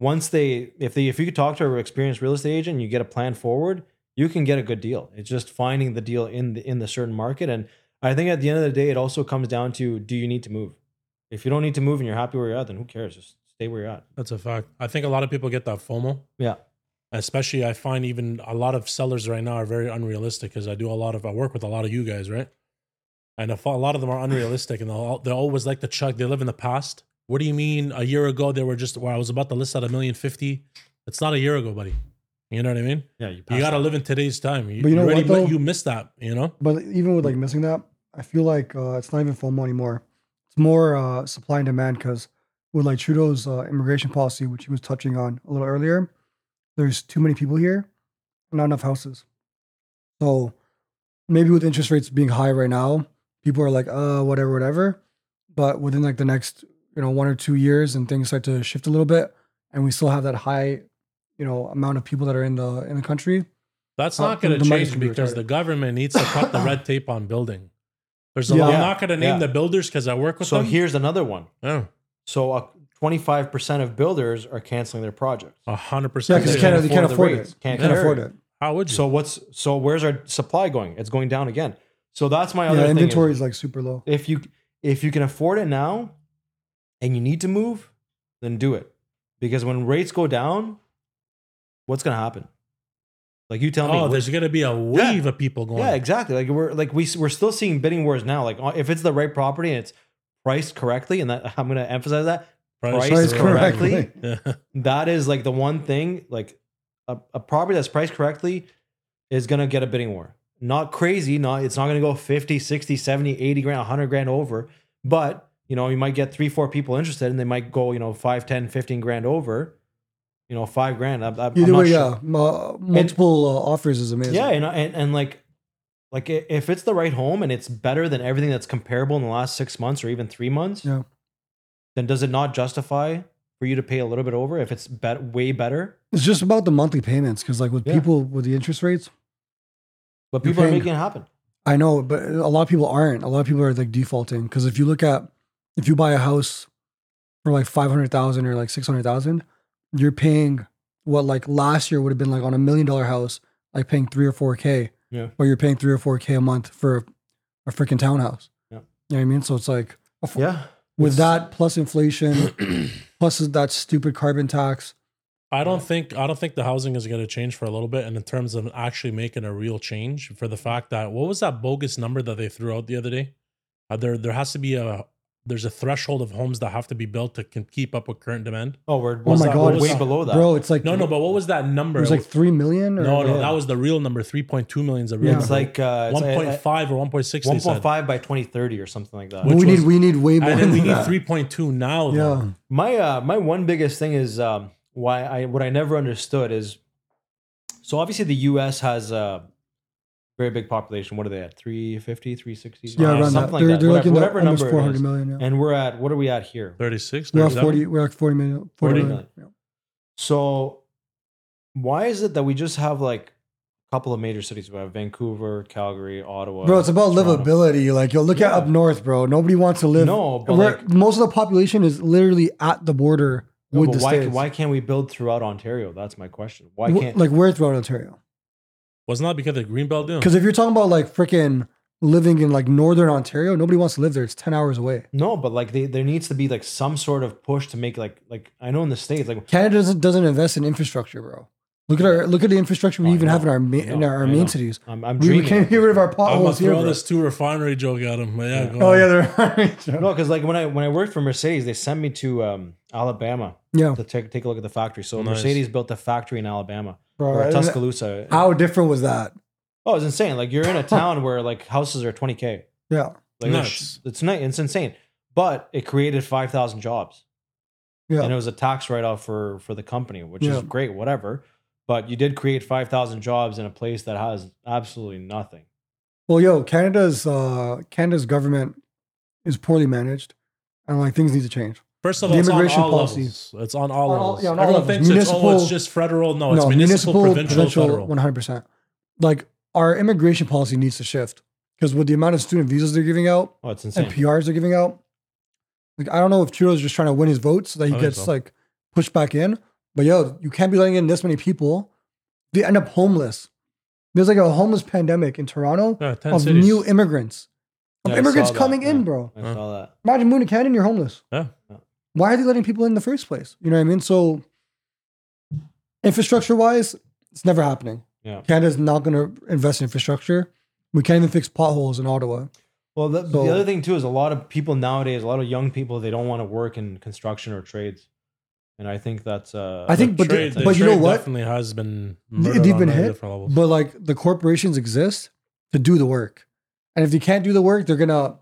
once they, if they, if you could talk to an experienced real estate agent, you get a plan forward, you can get a good deal. It's just finding the deal in the in the certain market. And I think at the end of the day, it also comes down to do you need to move? If you don't need to move and you're happy where you're at, then who cares? Just stay where you're at. That's a fact. I think a lot of people get that FOMO. Yeah. Especially, I find even a lot of sellers right now are very unrealistic because I do a lot of I work with a lot of you guys, right? And if a lot of them are unrealistic, and they'll they always like to chuck. They live in the past. What do you mean? A year ago, they were just well, I was about to list at a million fifty. It's not a year ago, buddy. You know what I mean? Yeah, you, You got to live in today's time. You, But you know already what, mi- though? you missed that. You know, But even with like missing that, I feel like uh, it's not even FOMO anymore. It's more uh, supply and demand because with like Trudeau's uh, immigration policy, which he was touching on a little earlier, there's too many people here, and not enough houses. So maybe with interest rates being high right now, people are like, uh, whatever, whatever. But within like the next, you know, one or two years, and things start to shift a little bit, and we still have that high, you know, amount of people that are in the in the country. That's Uh, not going to the money change can be because retarded. the government needs to cut the <coughs> red tape on building. There's a Yeah. lot, I'm not going to name Yeah. the builders because I work with So them. here's another one. yeah, So uh, 25% of builders are canceling their projects. a hundred Yeah, percent. because They Canada can't they can't afford afford the it. rates, can't They can't carry afford it. it. How would you? So what's so where's our supply going? It's going down again. So that's my other Yeah, thing. is inventory is like super low. If you if you can afford it now and you need to move, then do it. Because when rates go down, what's gonna happen? Like you tell me. oh, what- there's going to be a wave of people going. yeah, exactly. Like we're like we we're still seeing bidding wars now. Like uh, if it's the right property and it's priced correctly, and that <laughs> I'm gonna emphasize that Price Price correctly. <laughs> correctly. <laughs> Yeah. that is like the one thing like a, a property that's priced correctly is going to get a bidding war not crazy not it's not going to go 50 60 70 80 grand 100 grand over but you know you might get three four people interested and they might go you know 5 10 15 grand over you know 5 grand I, I, am Either not way, sure. yeah, mu- multiple uh, offers is amazing. Yeah, and, and and like like i- if it's the right home and it's better than everything that's comparable in the last six months or even three months, Yeah. then does it not justify for you to pay a little bit over if it's bet way better? it's just about the monthly payments because, like, with Yeah. people with the interest rates, But You're people are paying- making it happen. I know, but a lot of people aren't. A lot of people are like defaulting because if you look at if you buy a house for like five hundred thousand or like six hundred thousand, you're paying what like last year would have been like on a million dollar house, like paying three or four k. Yeah. or you're paying three or four k a month for a freaking townhouse. Yeah. you know what I mean. So it's like aff- Yeah. <clears throat> with that plus inflation, plus that stupid carbon tax, I don't think I don't think the housing is going to change for a little bit, and in terms of actually making a real change, for the fact that what was that bogus number that they threw out the other day? Uh, there there has to be a there's a threshold of homes that have to be built to can keep up with current demand. Oh, we're, Oh what's my that? God, We're it's- way below that. bro. It's like No, no, but what was that It number? was like three million. Or no, no, yeah. that was the real number. Three point two million is the real. Yeah. number. It's like uh, one point five or one point six. one point five by twenty thirty or something like that. Which we need was- we need way more. and then we than need that. three point two now. though. Yeah, My uh, my one biggest thing is um, why I what I never understood is so obviously the U.S. has a very big population. What are they at? 350, 360? yeah, around that. something they're like that. they're whatever looking at whatever almost number four it hundred is. million. Yeah. And we're at what are we at here? 36, We're at 37? forty. We're at forty million. 40 40 million. million. Yeah. So why is it that we just have like a couple of major cities? We have Vancouver, Calgary, Ottawa. Bro, it's about Toronto. livability. Like, yo, look at Yeah. up north, bro. Nobody wants to live. No, but We're- like, most of the population is literally at the border no, with but the why states. why can't we build throughout Ontario? That's my question. Why Wh- can't like where throughout Ontario? Wasn't that because of the green belt deal? Because if you're talking about like freaking living in like northern Ontario, nobody wants to live there. It's ten hours away. No, but like they, there needs to be like some sort of push to make like like I know in the states like Canada doesn't doesn't invest in infrastructure, bro. Look at our look at the infrastructure Oh, we I even have in know, our ma- I in know, our, I know. main cities. I'm, I'm We, dreaming. we can't get rid of our I'm gonna potholes here. throw bro. this two refinery joke at him. but yeah, Yeah. go Oh on. yeah, they're <laughs> no because like when I when I worked for Mercedes, they sent me to um, Alabama yeah, to take take a look at the factory. So Nice. Mercedes built a factory in Alabama or bro. Tuscaloosa. How different was that? Oh, it's insane! Like you're in a town where like houses are 20k. Yeah, Like Nuts. It's, it's night. It's insane. But it created 5,000 jobs, yeah. and it was a tax write off for for the company, which Yeah. is great. Whatever. But you did create 5,000 jobs in a place that has absolutely nothing. Well, yo, Canada's uh, Canada's government is poorly managed, and like things need to change. First of The all, it's on immigration all policy. levels. It's on all On all- levels. yeah, on all Everyone levels. thinks it's oh, Municipal- it's just federal. No, it's municipal, provincial, federal. one hundred percent. Like our immigration policy needs to shift because with the amount of student visas they're giving out Oh, it's and insane. PRs they're giving out, like I don't know if Trudeau's just trying to win his vote so that he I think gets so. like pushed back in. But yo, you can't be letting in this many people; they end up homeless. There's like a homeless pandemic in Toronto Yeah, ten of cities. new immigrants, of Yeah, I immigrants saw that, coming in, yeah. bro. I Huh. saw that. Imagine moving to Canada and you're homeless. Yeah. Yeah. Why are they letting people in the first place? You know what I mean? So, infrastructure wise, it's never happening. Yeah. Canada's not going to invest in infrastructure. We can't even fix potholes in Ottawa. Well, the, So- the other thing too is a lot of people nowadays, a lot of young people, they don't want to work in construction or trades, and I think that's. Uh, I think- The but the- trade- the but you know trade what? Definitely has been They- murdered they've on been many hit, different levels. But like the corporations exist to do the work, and if they can't do the work, they're gonna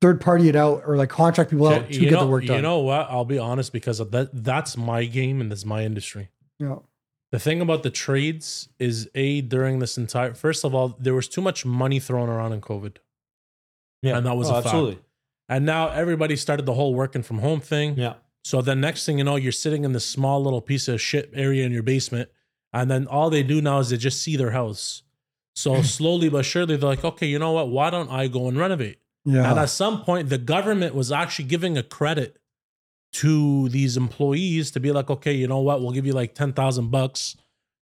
third party it out or like contract people out to you get know, the work done. You know what? I'll be honest because of that that's my game and that's my industry. yeah. The thing about the trades is a during this entire first of all, there was too much money thrown around in COVID. yeah, Oh, and that was a fact. And now everybody started the whole working from home thing. Yeah, So then next thing you know, you're sitting in this small little piece of shit area in your basement. And then all they do now is they just see their house. So slowly but surely they're like, okay, you know what? Why don't I go and renovate? Yeah. And at some point, the government was actually giving a credit to these employees to be like, okay, you know what? We'll give you like 10,000 bucks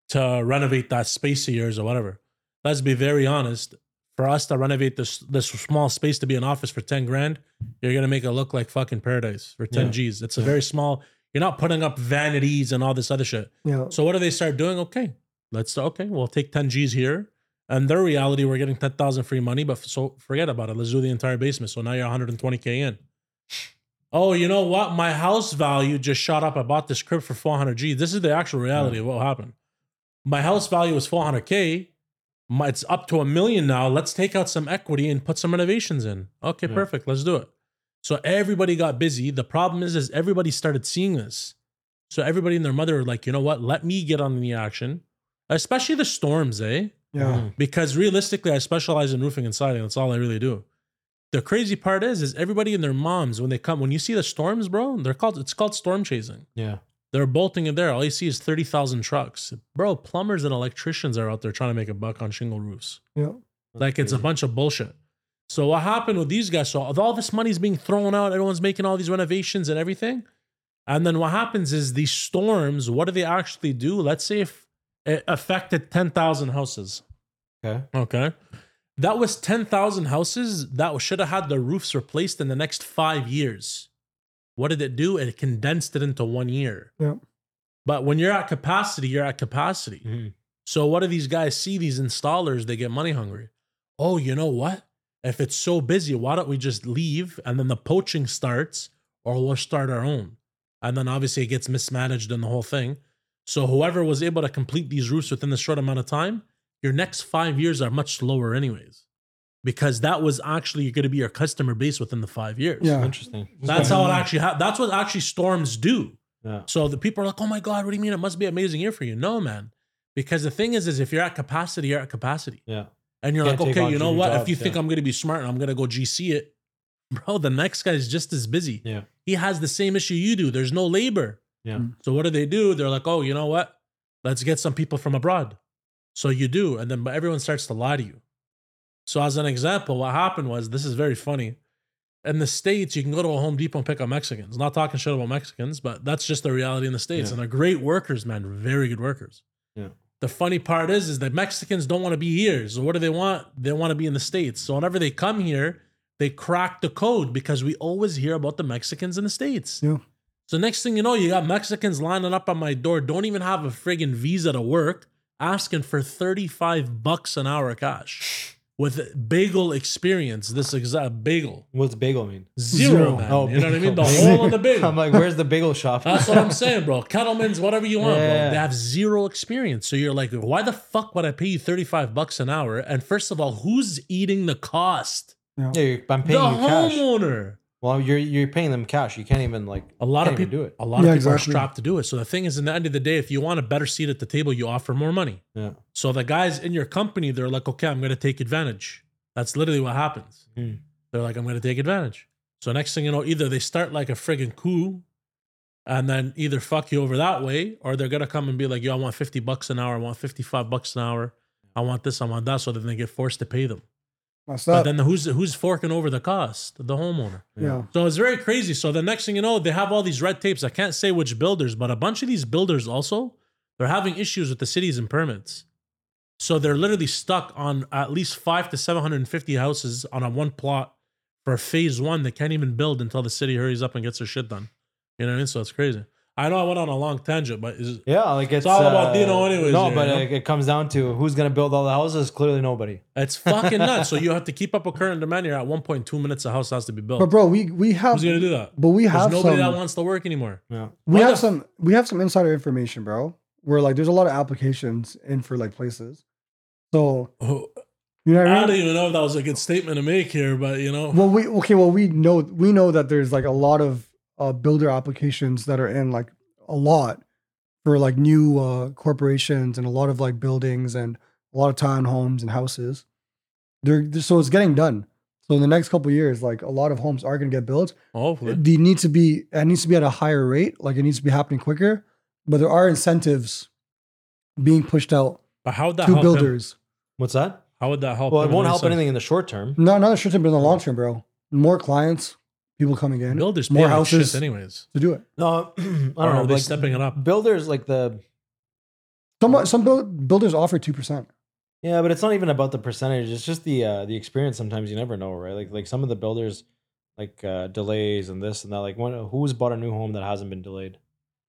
to renovate that space of yours or whatever. Let's be very honest. For us to renovate this this small space to be an office for 10 grand, you're gonna make it look like fucking paradise for 10 Yeah. G's. It's a very small, you're not putting up vanities and all this other shit. yeah. So what do they start doing? Okay, let's okay, we'll take 10 G's here. And their reality, we're getting 10,000 free money, but f- so forget about it. Let's do the entire basement. So now you're 120K in. Oh, you know what? My house value just shot up. I bought this crib for 400 G. This is the actual reality of what happened. My house value was 400K. My, it's up to a million now. Let's take out some equity and put some renovations in. Okay, Yeah. perfect. Let's do it. So everybody got busy. The problem is, is everybody started seeing this. So everybody and their mother are like, you know what? Let me get on the action, especially the storms, eh? Mm-hmm. Yeah. Because realistically, I specialize in roofing and siding. That's all I really do. The crazy part is, is everybody and their moms when they come when you see the storms, bro. They're called it's called storm chasing. yeah. They're bolting in there. All you see is thirty thousand trucks, bro. Plumbers and electricians are out there trying to make a buck on shingle roofs. Yeah. Like it's a bunch of bullshit. So what happened with these guys? So of all this money's being thrown out, everyone's making all these renovations and everything. And then what happens is these storms, what do they actually do? Let's say if it affected 10,000 houses. Okay. Okay. That was 10,000 houses that should have had their roofs replaced in the next five years. What did it do? It condensed it into one year. Yeah. But when you're at capacity, you're at capacity. Mm. Mm-hmm. So what do these guys see? These installers, they get money hungry. Oh, you know what? If it's so busy, why don't we just leave and then the poaching starts, or we'll start our own. And then obviously it gets mismanaged and the whole thing. So whoever was able to complete these roofs within the short amount of time, your next five years are much slower, anyways, because that was actually going to be your customer base within the five years. Yeah. Interesting. That's how it actually. Ha- that's what actually storms do. Yeah. So the people are like, "Oh my god, what do you mean? It must be an amazing year for you." No, man, because the thing is, is if you're at capacity, you're at capacity, Yeah. and you're Can't like, take "Okay, on you know junior what? if jobs, you think yeah. I'm going to be smart and I'm going to go GC it, <laughs> bro, the next guy's just as busy. Yeah. He has the same issue you do. There's no labor. Yeah. So what do they do? They're like, "Oh, you know what? Let's get some people from abroad." So you do, and then but everyone starts to lie to you. So as an example, what happened was this is very funny. In the states, you can go to a Home Depot and pick up Mexicans. Not talking shit about Mexicans, but that's just the reality in the states. Yeah. And they're great workers, man. Very good workers. Yeah. The funny part is, is that Mexicans don't want to be here. So what do they want? They want to be in the states. So whenever they come here, they crack the code because we always hear about the Mexicans in the states. Yeah. So next thing you know, you got Mexicans lining up on my door. Don't even have a friggin' visa to work, asking for thirty-five bucks an hour cash with bagel experience. This exact bagel What's bagel mean? zero, Zero. man. Oh, you know what I mean? The bagel. hole on the <laughs> bagel. I'm like, where's the bagel shop? That's <laughs> what I'm saying, bro. Kettleman's, whatever you want, bro. Yeah. They have zero experience. So you're like, why the fuck would I pay you 35 bucks an hour? And first of all, who's eating the cost? yeah, you're, I'm The paying you cash. homeowner. Well, you're you're paying them cash. You can't even like A lot of Can't even people do it. A lot of Yeah, people exactly. are strapped to do it. So the thing is, in the end of the day, if you want a better seat at the table, you offer more money. yeah. So the guys in your company, they're like, okay, I'm going to take advantage. That's literally what happens. Hmm. They're like, I'm going to take advantage. So next thing you know, either they start like a friggin' coup and then either fuck you over that way, or they're going to come and be like, yo, I want 50 bucks an hour. I want 55 bucks an hour. I want this. I want that. So then they get forced to pay them. That's But that. then who's, who's forking over the cost? The homeowner. yeah. So it's very crazy. So the next thing you know, they have all these red tapes. I can't say which builders, but a bunch of these builders also they're having issues with the cities and permits. So they're literally stuck on at least five to seven hundred and fifty houses on a one plot for phase one. They can't even build until the city hurries up and gets their shit done. You know what I mean? So it's crazy. I know I went on a long tangent, but is, Yeah, like it's, uh, all about Dino anyways No, here, but you know? it, it comes down to who's gonna build all the houses. Clearly, nobody. it's fucking nuts. So you have to keep up with current demand. You're at one point two minutes. A house has to be But built. bro, we we have Who's gonna do that? but we There's have nobody some that wants to work anymore. Yeah, we Why have the- some we have some insider information, bro. Where like there's a lot of applications in for like places. So Oh, you know what I I mean? don't even know if that was a good statement to make here, but you know. Well, we okay. Well, we know we know that there's like a lot of uh, builder applications that are in like a lot for like new uh, corporations and a lot of like buildings and a lot of townhomes and houses. They're, so it's getting done. So in the next couple of years, like a lot of homes are going to get built. Hopefully. They need to be it needs to be at a higher rate. Like it needs to be happening quicker. But there are incentives being pushed out But how would that to help him? builders. what's that? How would that help? Well, it him in won't any help sense? anything in the short term. No, not short term, but in the long term, bro. More clients, people coming in, Builders pay more more houses houses, anyways. to do it. <clears throat> No, <clears throat> I don't Or know. Are they Like stepping it up? builders, like the Some some build, builders offer two percent. yeah, but it's not even about the percentage. It's just the uh, the experience. Sometimes you never know, right? Like like some of the builders, like uh, delays and this and that. Like when, who's bought a new home that hasn't been delayed?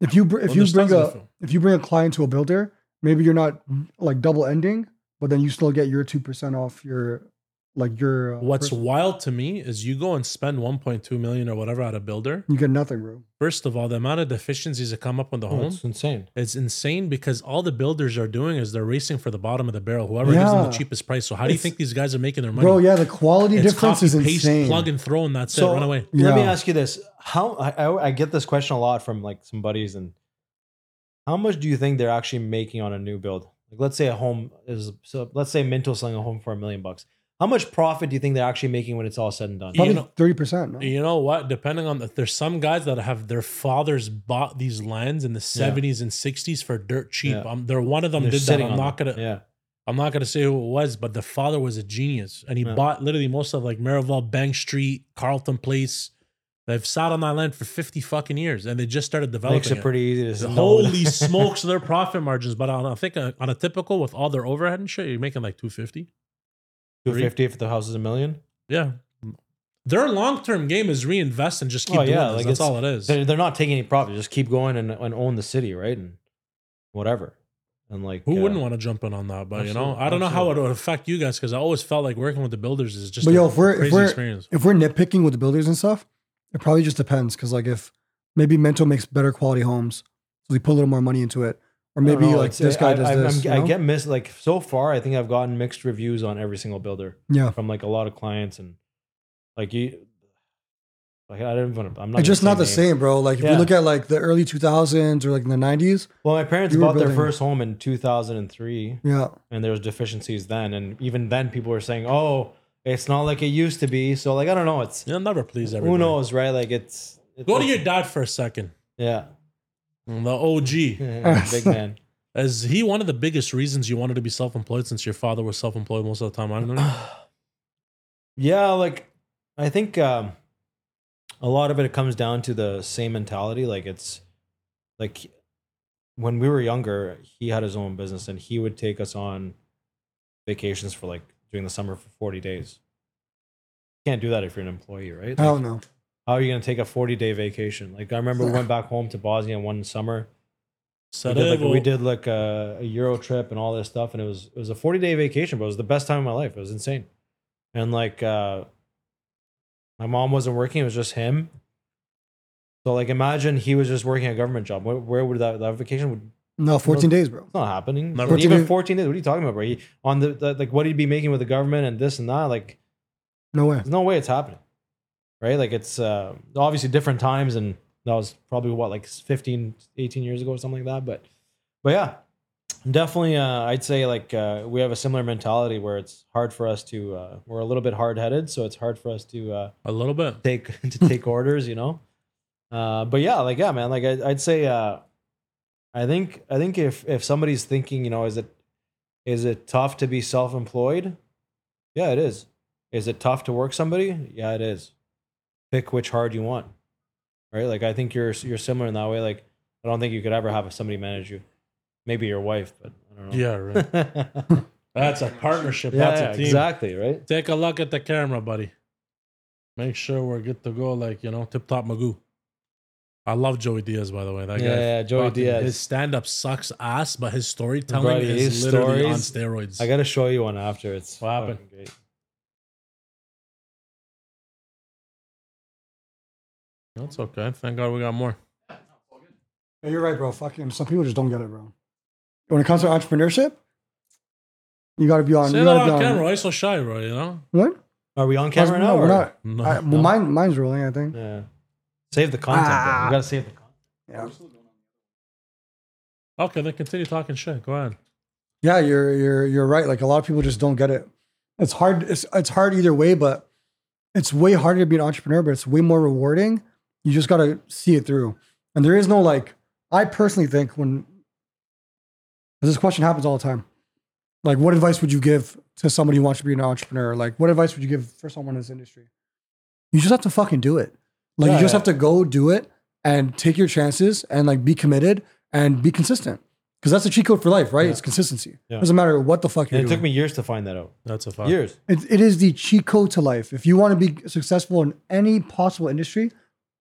If you br- if Oh, Well, you there's bring tons of a them. if you bring a client to a builder, maybe you're not like double ending, but then you still get your two percent off your like your uh, What's pers- wild to me is you go and spend 1.2 million or whatever at a builder. you get nothing, bro. First of all, the amount of deficiencies that come up with the Oh, home, it's insane. it's insane because all the builders are doing is they're racing for the bottom of the barrel, whoever gives them the Yeah. cheapest price. So how do you It's- think these guys are making their money? Bro, yeah, the quality it's difference copy, is paste, insane. plug and throw, and that's So- it. Run away. Let me Yeah. ask you this: How I, I, I get this question a lot from like some buddies, and how much do you think they're actually making on a new build? Like, let's say a home is so. Let's say Minto's selling a home for a million bucks. How much profit do you think they're actually making when it's all said and done? Yeah. you Probably know- thirty percent. No? You know what? Depending on the, there's some guys that have their fathers bought these lands in the 70s and 60s for dirt cheap. Yeah. Um, there one of them They're did that. sitting I'm on not them. gonna Yeah, I'm not gonna say who it was, but the father was a genius, and he Yeah. bought literally most of like Marival, Bank Street, Carlton Place. They've sat on that land for 50 fucking years, and they just started developing. makes it it. pretty easy to The sell. <laughs> Holy smokes, their profit margins! But on, I think uh, on a typical with all their overhead and shit, you're making like 250. Two fifty if the house is a million. Yeah, their long term game is reinvest and just keep Oh, doing yeah, this. like That's it's- all it is. They're, they're not taking any profit; just keep going and, and own the city, right? And whatever. And like, Who uh, wouldn't want to jump in on that? But you know, Absolutely, I don't know how it absolutely. would affect you guys because I always felt like working with the builders is just But a yo, if we're- if crazy we're- experience. If we're nitpicking with the builders and stuff, it probably just depends. Because like if maybe Mental makes better quality homes, so they put a little more money into it, or I don't maybe know, like it's- this guy I, does I, this. I'm- you i know? get missed. Like so far, I think I've gotten mixed reviews on every single builder yeah. from like a lot of clients and like you. Like I don't even. I'm not. It's just gonna not the say names. same, bro. Like if you Yeah. look at like the early 2000s or like in the 90s, Well, my parents You were bought their building- first home in 2003, yeah, and there was deficiencies then, and even then, people were saying, "Oh, it's not like it used to be." So, like, I don't know. It's You'll never please everyone. who knows, right? Like, it's, it's Go to your dad for a second. yeah, <laughs> The OG. big man. Is he one of the biggest reasons you wanted to be self employed since your father was self employed most of the time? I <clears throat> don't know. Yeah, like I think um, a lot of it comes down to the same mentality. Like it's like when we were younger, he had his own business and he would take us on vacations for like during the summer for forty days. Can't do that if you're an employee, right? I Like, don't know. how are you gonna take a forty day vacation? Like I remember we went back home to Bosnia one summer we did, like, Sarajevo. we did like a, a Euro trip and all this stuff, and it was it was a forty day vacation, but it was the best time of my life. It was insane, and like uh, my mom wasn't working; it was just him. So like, imagine he was just working a government job. Where, where would that, that vacation would? No, 14 days, bro. It's not happening. Not Not even 14 fourteen days. What are you talking about, bro? He, on the, the like, what he'd be making with the government and this and that. Like, No way. there's no way it's happening, right? Like, it's uh, obviously different times, and that was probably what like 15, 18 years ago or something like that. But but yeah definitely uh, i'd say like uh, we have a similar mentality where it's hard for us to uh, we're a little bit hard-headed so it's hard for us to uh, A little bit. take <laughs> to take orders you know uh, but yeah like yeah man like I, i'd say uh, i think i think if if somebody's thinking you know is it is it tough to be self-employed yeah it is is it tough to work somebody yeah it is pick which hard you want right like i think you're you're similar in that way like i don't think you could ever have somebody manage you maybe your wife but i don't know <laughs> Yeah, right. That's a partnership. That's yeah a team. exactly right Take a look at the camera, buddy. Make sure we're good to go, like, you know, tip top Magoo. I love Joey Diaz, by the way. That Yeah, guy. yeah, Joey fucking- Diaz. His stand up sucks ass, but his storytelling Bro, is his literally stories- on steroids. I gotta show you one after. It's What happened? fucking great. That's okay. Thank God we got more. Yeah, you're right, bro. Fucking some people just don't get it, bro. When it comes to entrepreneurship, you got to be on. Say you that gotta on be on camera. Why you so shy, bro? You know? What? Are we on camera no, now? we're or- not. No. I, well, mine, mine's rolling. I think. Yeah. Save the content. Ah. though. You gotta save the content. Yeah. Okay, then continue talking shit. Go ahead. Yeah, you're you're you're right. Like a lot of people just don't get it. It's hard. It's it's hard either way, but it's way harder to be an entrepreneur, but it's way more rewarding. You just gotta see it through. And there is no like. I personally think when 'cause this question happens all the time, like what advice would you give to somebody who wants to be an entrepreneur? Like what advice would you give for someone in this industry? You just have to fucking do it. Like Yeah, you just yeah. have to go do it and take your chances and like be committed and be consistent. Because that's the cheat code for life, right? Yeah. It's consistency. Yeah. Doesn't matter what the fuck you're And it took me doing. years to find that out. That's a fact. Years. it, it is the cheat code to life. If you want to be successful in any possible industry,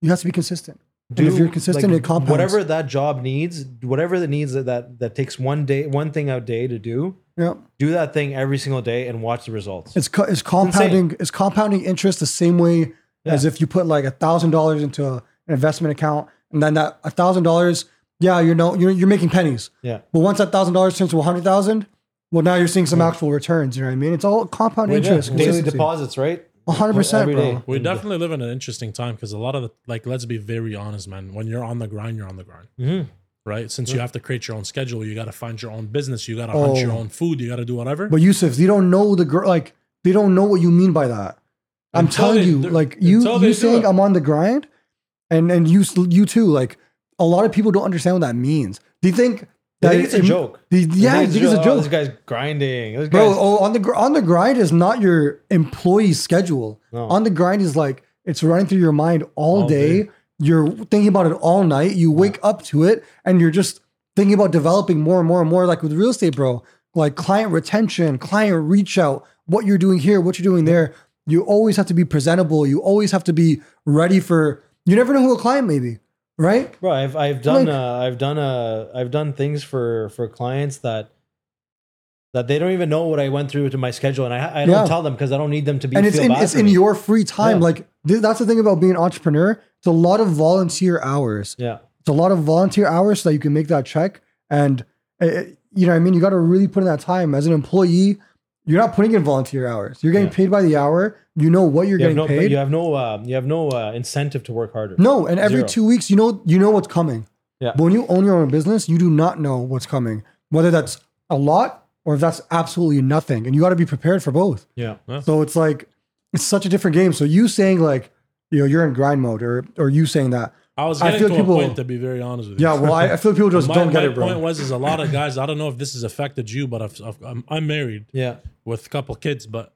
you have to be consistent. and if you're consistent, like, it compounds. Whatever that job needs, whatever the needs that, that that takes one day, one thing a day to do, Yeah. do that thing every single day and watch the results. It's co- it's compounding it's compounding interest the same way as if you put like a thousand dollars into a, an investment account and then that a thousand dollars, yeah, you know you're you're making pennies. yeah. But once that thousand dollars turns to a hundred thousand, well now you're seeing some actual returns. You know what I mean? It's all compound Yeah, interest. Daily consistency. deposits, right? A hundred percent, Every bro. day. We definitely live in an interesting time because a lot of the, like, let's be very honest, man. When you're on the grind, you're on the grind, Mhm. right? Since you have to create your own schedule, you got to find your own business, you got to Oh. hunt your own food, you got to do whatever. But Yusuf, they don't know the girl. Like they don't know what you mean by that. I'm Until telling they- you, they're- like you, until they you do saying it. I'm on the grind, and and you s- you too. Like a lot of people don't understand what that means. They think They that think it's a it- joke. they- They yeah, I think it's a Oh, joke, this guy's grinding. This bro. guy's- Oh, on the gr- on the grind is not your employee schedule. No. On the grind is like it's running through your mind all, All day. day. You're thinking about it all night. You wake up to it, and you're just thinking about developing more and more and more. Like with real estate, bro, like client retention, client reach out, what you're doing here, what you're doing there. You always have to be presentable. You always have to be ready for. You never know who a client may be. right? Bro, I've I've done Like- uh, I've done uh, I've done things for for clients that that they don't even know what I went through to my schedule, and I I don't Yeah. tell them because I don't need them to be. and it's feel in bad it's for in me. your free time. Yeah. Like th- that's the thing about being an entrepreneur. It's a lot of volunteer hours. yeah It's a lot of volunteer hours so that you can make that check. And uh, uh, you know, what I mean, you got to really put in that time as an employee. You're not putting in volunteer hours. You're getting Yeah. paid by the hour. You know what you're you have getting no paid. you have no uh, you have no uh, incentive to work harder. No, and every Zero. two weeks, you know, you know what's coming. Yeah. But when you own your own business, you do not know what's coming, whether that's a lot or if that's absolutely nothing, and you got to be prepared for both. Yeah, So it's like it's such a different game. So you saying like, you know, you're in grind mode, or or you saying that, I was I getting feel to people- a point to be very honest with you. yeah. Well, I, I <laughs> feel like people just my, don't get my it, bro. point was is a lot of guys. I don't know if this has affected you, but I've, I've I'm, I'm married yeah, with a couple kids, but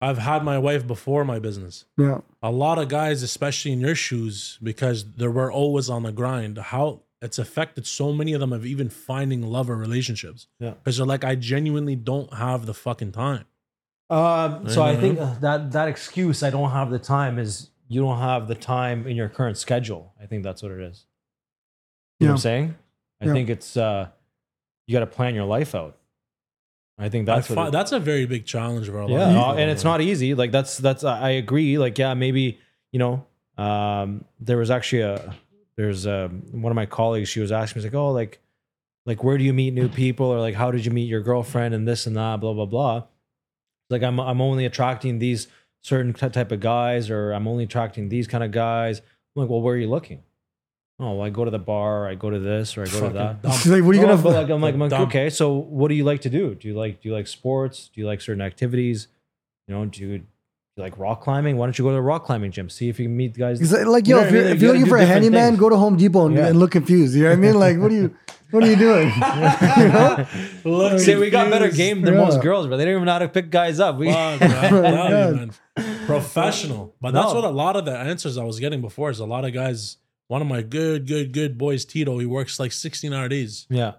I've had my wife before my business. yeah, A lot of guys, especially in your shoes, because they were always on the grind. How it's affected so many of them of even finding love or relationships. Yeah. because they're like, I genuinely don't have the fucking time. Um, so I Mhm. think uh, that that excuse I don't have the time is you don't have the time in your current schedule. I think that's what it is. You know what Yeah. I'm saying? I Yeah. think it's uh, you got to plan your life out. I think that's That's what fi- it- that's a very big challenge for a lot. yeah, of people, uh, and <laughs> it's bro. not easy. Like that's that's I I agree. Like yeah, maybe you know um, there was actually a there's um one of my colleagues. She was asking me she's like, oh like like where do you meet new people or like how did you meet your girlfriend and this and that blah blah blah. Like I'm I'm only attracting these certain ty- type of guys or I'm only attracting these kind of guys. I'm like, well, where are you looking? Oh, well, I go to the bar, I go to this, or I go Fucking to that. dumb. It's <laughs> like, what are you No, <laughs> gonna? but like I'm like, I'm like, Dumb. okay, so what do you like to do? Do you like do you like sports? Do you like certain activities? You know, do you, do you like rock climbing? Why don't you go to the rock climbing gym? See if you can meet the guys. It's like, uh, like, You yo, know if what I you're, mean? if You you're gotta looking do for a different handyman, things. go to Home Depot and, Yeah. and look confused. You know what <laughs> I mean? Like, what are you, what are you doing? <laughs> Look See, we got better confused. game than Yeah. most girls, but they don't even know how to pick guys up. We, <laughs> Fuck, man. I'm telling you, God. man. Professional. But that's No. what a lot of the answers I was getting before is a lot of guys. One of my good, good, good boys, Tito, he works like 16 hour days. yeah,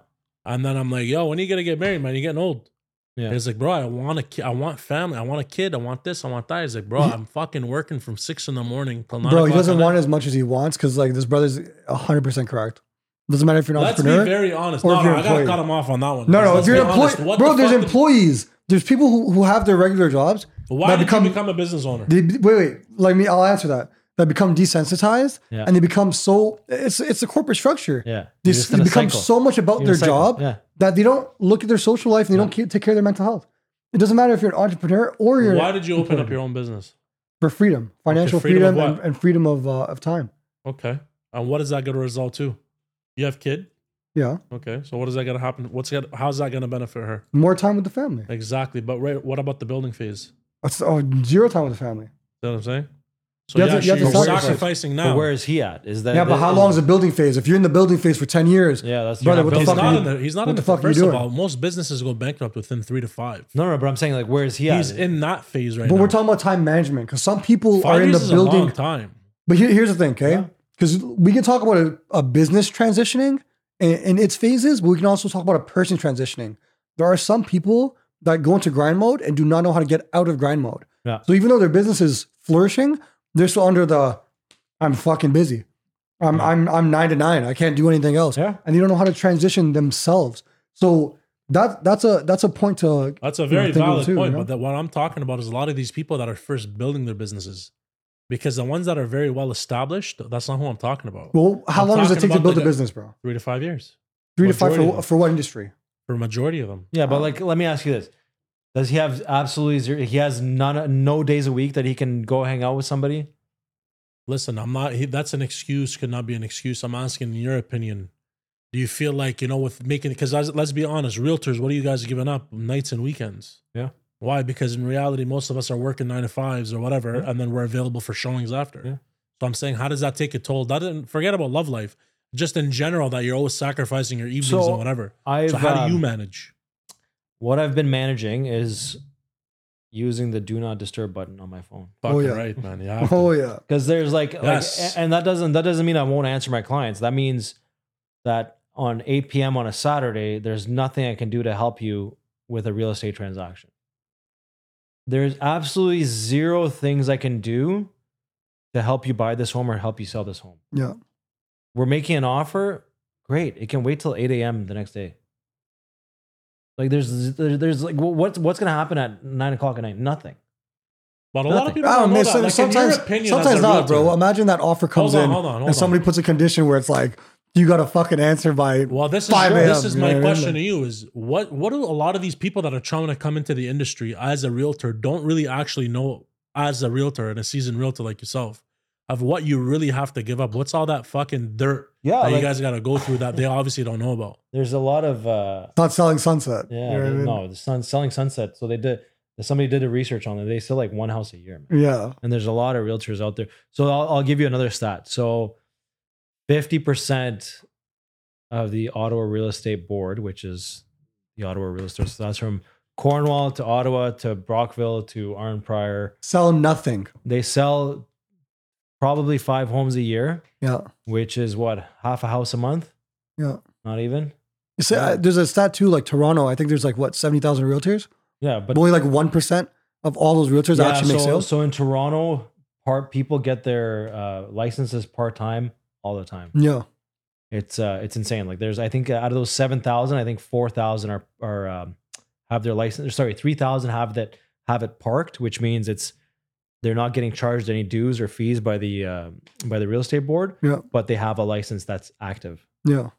And then I'm like, yo, when are you going to get married, man? You're getting old. Yeah. He's like, bro, I want a ki- I want family. I want a kid. I want this. I want that. He's like, bro, Yeah. I'm fucking working from six in the morning till nine. Bro, he o'clock doesn't at night." want as much as he wants because like this brother's hundred percent correct. Doesn't matter if you're an Let's be entrepreneur. very honest. or No, if no, you're I got to employed. cut him off on that one. No, no. Let's If you're be employed, honest, what bro, the there's fuck did- employees. There's people who, who have their regular jobs. Why that did become- you become a business owner? They wait, wait. Let me. I'll answer that. That become desensitized Yeah. and they become so. It's it's a corporate structure. yeah. They, You're s- just they in a become cycle. so much about You're in a their cycle. job Yeah, that they don't look at their social life and they Yeah. don't ca- take care of their mental health. It doesn't matter if you're an entrepreneur or you're Why did you open up your own business? for freedom, financial freedom of freedom, and, what? and freedom of uh, of time. Okay. And what is that going to result to? You have kid? Yeah, Okay, so what is that going to happen? What's going how's that going to benefit her more time with the family. exactly? But right, what about the building phase? That's oh, zero time with the family. You know what I'm saying? So You yeah, have to- you have to she's sacrifice. sacrificing but now. where is he at? Is that Yeah, but how long is the building phase? If you're in the building phase for ten years, Yeah, that's Brother, you're not what the he's fuck building- are not you- in the. He's not what in the the. fuck are you First of doing? all, most businesses go bankrupt within three to five. No, no, but I'm saying like, where is he at? He's in that phase right but now. we're talking about time management because some people five are in years the is a long building. time. But here, here's the thing, okay? Yeah. Because we can talk about a, a business transitioning and, and its phases, but we can also talk about a person transitioning. There are some people that go into grind mode and do not know how to get out of grind mode. Yeah. So even though their business is flourishing, they're still under the I'm fucking busy. I'm I'm I'm nine to nine. I can't do anything else. Yeah. And they don't know how to transition themselves. So that that's a that's a point to That's a know, very think about valid too, you point. know? But that what I'm talking about is a lot of these people that are first building their businesses, because the ones that are very well established, that's not who I'm talking about. well, how I'm long does it talking take to about build the a guy- business, bro? Three to five years Three to five Majority of for, them. for what industry? for a majority of them. Yeah, but like, let me ask you this: Does he have absolutely zero? He has none, no days a week that he can go hang out with somebody. Listen, I'm not. He, that's an excuse. Could not be an excuse. I'm asking your opinion. Do you feel like you know with making? Because let's be honest, realtors. What are you guys giving up nights and weekends? Yeah. Why? Because in reality, most of us are working nine to fives or whatever, Yeah. and then we're available for showings after. Yeah. So I'm saying, how does that take a toll? That didn't forget about love life. Just in general, that you're always sacrificing your evenings So, and whatever. I've, so how um, do you manage? What I've been managing is using the do not disturb button on my phone Fucking yeah. right, man. Yeah. <laughs> Oh yeah. because there's like, like- Yes. and that doesn't that doesn't mean I won't answer my clients. That means that on 8 p.m. on a Saturday, there's nothing I can do to help you with a real estate transaction. There's absolutely zero things I can do to help you buy this home or help you sell this home. Yeah. we're making an offer. Great. It can wait till 8 a.m. the next day. Like there's there- there's like wh- what's what's gonna happen at nine o'clock at night? Nothing. But a lot of Nothing. people I don't don't know know. that. Like, sometimes, in your opinion, as sometimes a not, bro. realtor- Imagine that offer comes Hold on, in hold on, hold and somebody on. puts a condition where it's like, you got to fucking answer by. Well, this is 5 a.m., this is you know my what I mean? question to Like- you: is what what do a lot of these people that are trying to come into the industry as a realtor don't really actually know as a realtor and a seasoned realtor like yourself of what you really have to give up? What's all that fucking dirt Yeah. Oh, that you guys got to go through that they obviously don't know about? there's a lot of uh It's not selling sunset. yeah, You know what I there's- mean? no, the sun selling sunset. So they did somebody did the research on it. They sell like one house a year, man. Yeah. and there's a lot of realtors out there. So I'll, I'll give you another stat. So 50% of the Ottawa Real Estate Board, which is the Ottawa Real Estate, so that's from Cornwall to Ottawa to Brockville to Arn Prior, Sell nothing. they sell probably five homes a year, Yeah. which is what, half a house a month? Yeah. Not even? You say, uh, there's a stat too, like Toronto. I think there's like what seventy thousand realtors, Yeah, but but only like one percent of all those realtors Yeah, actually so, make sales. so in Toronto, part people get their uh, licenses part time all the time. yeah, It's uh, it's insane. Like there's, I think uh, out of those seven thousand, I think four thousand are are um, have their license. Sorry, three thousand have that have it parked, which means it's they're not getting charged any dues or fees by the uh, by the real estate board. Yeah. but they have a license that's active. yeah.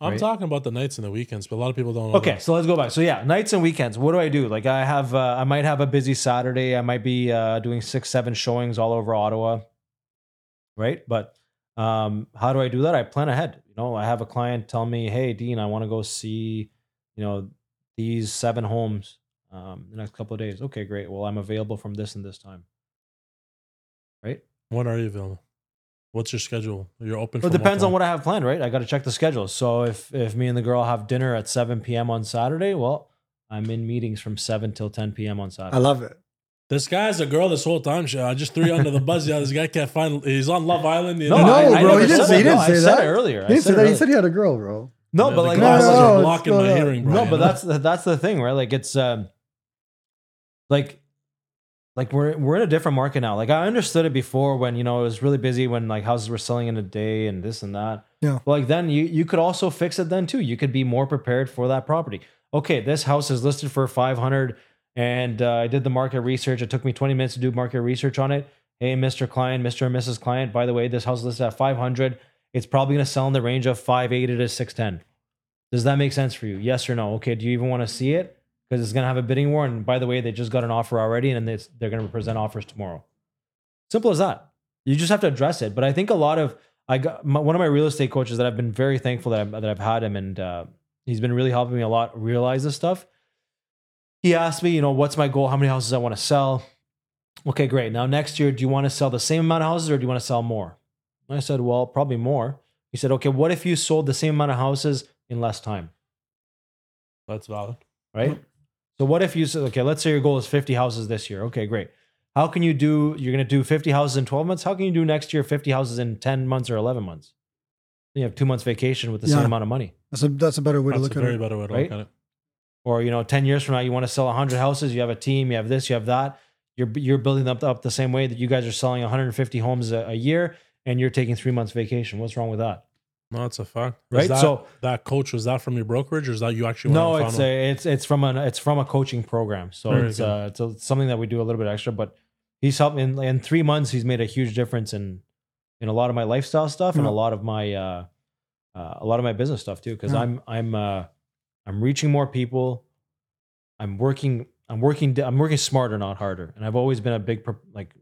I'm Right. talking about the nights and the weekends, but a lot of people don't. Know Okay, so let's go back. So yeah, nights and weekends. What do I do? Like I have, uh, I might have a busy Saturday. I might be uh, doing six, seven showings all over Ottawa, right? But um, how do I do that? I plan ahead. You know, I have a client tell me, "Hey, Dean, I want to go see, you know, these seven homes um, the next couple of days." Okay, great. Well, I'm available from this and this time. When are you available? What's your schedule? You're open. Well, it from depends on time? what I have planned, right? I got to check the schedule. So if if me and the girl have dinner at 7 p.m. on Saturday, well, I'm in meetings from 7 till 10 p.m. on Saturday. I love it. This guy's a girl this whole time. shit. I just threw you under the bus. Yeah, this guy can't find. He's on Love Island. you No, know? no, I- I bro, never he didn't said say- he that. didn't No, I say said that. it earlier. I He said said it that. He earlier. said he had a girl, bro. no, The but like glasses No, no, are no, blocking it's my not- hearing, Brian. no, but that's the, that's the thing, right? Like it's um, like like we're we're in a different market now. Like I understood it before when you know it was really busy when like houses were selling in a day and this and that. Yeah. But, like then you you could also fix it then too. You could be more prepared for that property. Okay, this house is listed for five hundred, and uh, I did the market research. It took me twenty minutes to do market research on it. Hey, Mr. Client, Mr. and Mrs. Client, by the way, this house is listed at five hundred. It's probably going to sell in the range of five eighty to six ten. Does that make sense for you? Yes or no? Okay. Do you even want to see it? Because it's going to have a bidding war. And by the way, they just got an offer already and it's, they're going to present offers tomorrow. Simple as that. You just have to address it. But I think a lot of, I got my, one of my real estate coaches that I've been very thankful that, I've, that I've had him and uh, he's been really helping me a lot realize this stuff. He asked me, you know, what's my goal? How many houses I want to sell? Okay, great. Now, next year, do you want to sell the same amount of houses or do you want to sell more? And I said, well, probably more. He said, okay, what if you sold the same amount of houses in less time, that's valid. right? So what if you said, okay, let's say your goal is 50 houses this year. Okay, great. How can you do, you're going to do 50 houses in 12 months. How can you do next year 50 houses in 10 months or 11 months? You have two months vacation with the same Yeah. amount of money. That's a that's a better way That's to a look at very it. better way to right? look at it. Or, you know, 10 years from now, you want to sell 100 houses. You have a team, you have this, you have that. You're, you're building up, up the same way that you guys are selling 150 homes a, a year and you're taking three months vacation. What's wrong with that? No, it's a fact, Is Right? That, So- that coach was that from your brokerage, or is that you actually? No, went and it's found a, it's it's from an it's from a coaching program. So Very it's good. uh it's, a, something that we do a little bit extra. But he's helped in in three months. He's made a huge difference in in a lot of my lifestyle stuff and a Mm-hmm. Yeah. lot of my uh, uh a lot of my business stuff too. Because Yeah. Mm-hmm. I'm I'm uh I'm reaching more people. I'm working. I'm working. I'm working smarter, not harder. And I've always been a big pro- like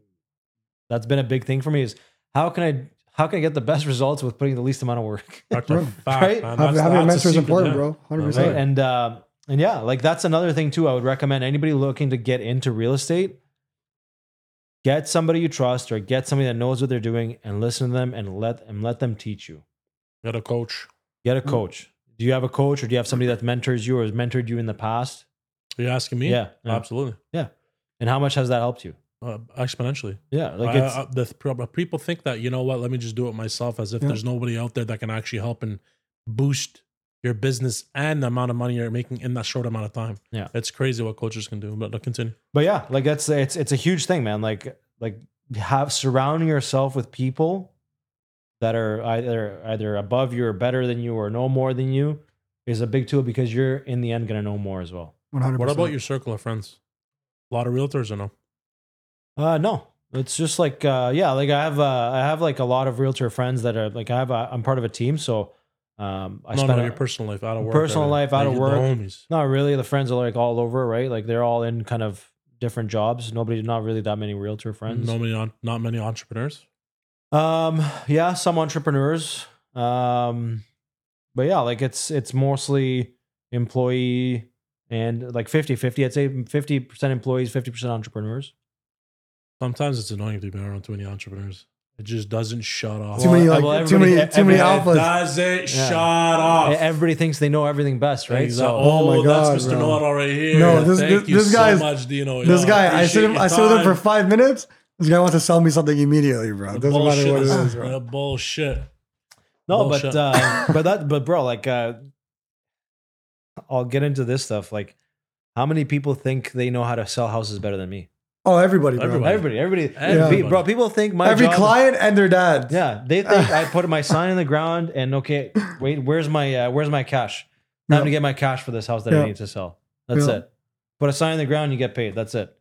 that's been a big thing for me is how can I how can I get the best <laughs> results with putting the least amount of work. That's a <laughs> Right. fact, Right? man. Have, That's- having a that's mentor secret, is important, yeah. bro. Hundred Right. right percent. and uh, and yeah like that's another thing too i would recommend anybody looking to get into real estate get somebody you trust or get somebody that knows what they're doing and listen to them and let and let them teach you Got a coach. get a Mm. coach do you have a coach or do you have somebody that mentors you or has mentored you in the past Are you asking me? yeah, yeah. absolutely. and how much has that helped you Uh, exponentially. yeah like I- it's I- the th- prob- people think that you know what? Let me just do it myself, as if Yeah. there's nobody out there that can actually help and boost your business and the amount of money you're making in that short amount of time. Yeah. it's crazy what coaches can do. But continue. But yeah, like that's it's it's a huge thing, man. Like like have surrounding yourself with people that are either either above you or better than you or know more than you is a big tool because you're in the end gonna know more as well. One hundred. What about your circle of friends? A lot of realtors or no? Uh, no, it's just like uh, yeah, like I have uh, I have like a lot of realtor friends that are like I have a, I'm part of a team, so um, I no, spend no, a- your personal life out of work. personal everything. life, out of Like, work. The homies. not really the friends are like all over, right? Like they're all in kind of different jobs. Nobody, not really that many realtor friends. No many, on- not many entrepreneurs. Um, yeah, some entrepreneurs. Um, but yeah, like it's it's mostly employee and like 50 50 i'd say 50% employees 50% entrepreneurs Sometimes it's annoying to be around too many entrepreneurs. It just doesn't shut off. too many Well, like well, too many everybody- too many everybody- alphas? Doesn't Yeah. shut off. E, everybody thinks they know everything best right Oh. Exactly. so oh, Oh my God, that's Mr. bro. Know-it-all right here. No, this- Thank this- you this so guy is- much, Oh, Dino. this Yo, guy, I appreciate sit him, I your sit with him for time. five minutes. This guy wants to sell me something immediately, bro. It doesn't bullshit, matter what it is- <laughs> is, bro. the bullshit. No, Bullshit. <laughs> but uh, but that but bro, like uh, I'll get into this stuff. Like, how many people think they know how to sell houses better than me? Oh, everybody, bro. Everybody. Everybody, everybody, Everybody. Pe- bro. People think my Every job- client and their dad. Yeah, they think I put <laughs> my sign in the ground and okay, wait, where's my uh, where's my cash? Time Yeah. to get my cash for this house that Yeah. I need to sell. That's Yeah. it. Put a sign in the ground, you get paid. That's it.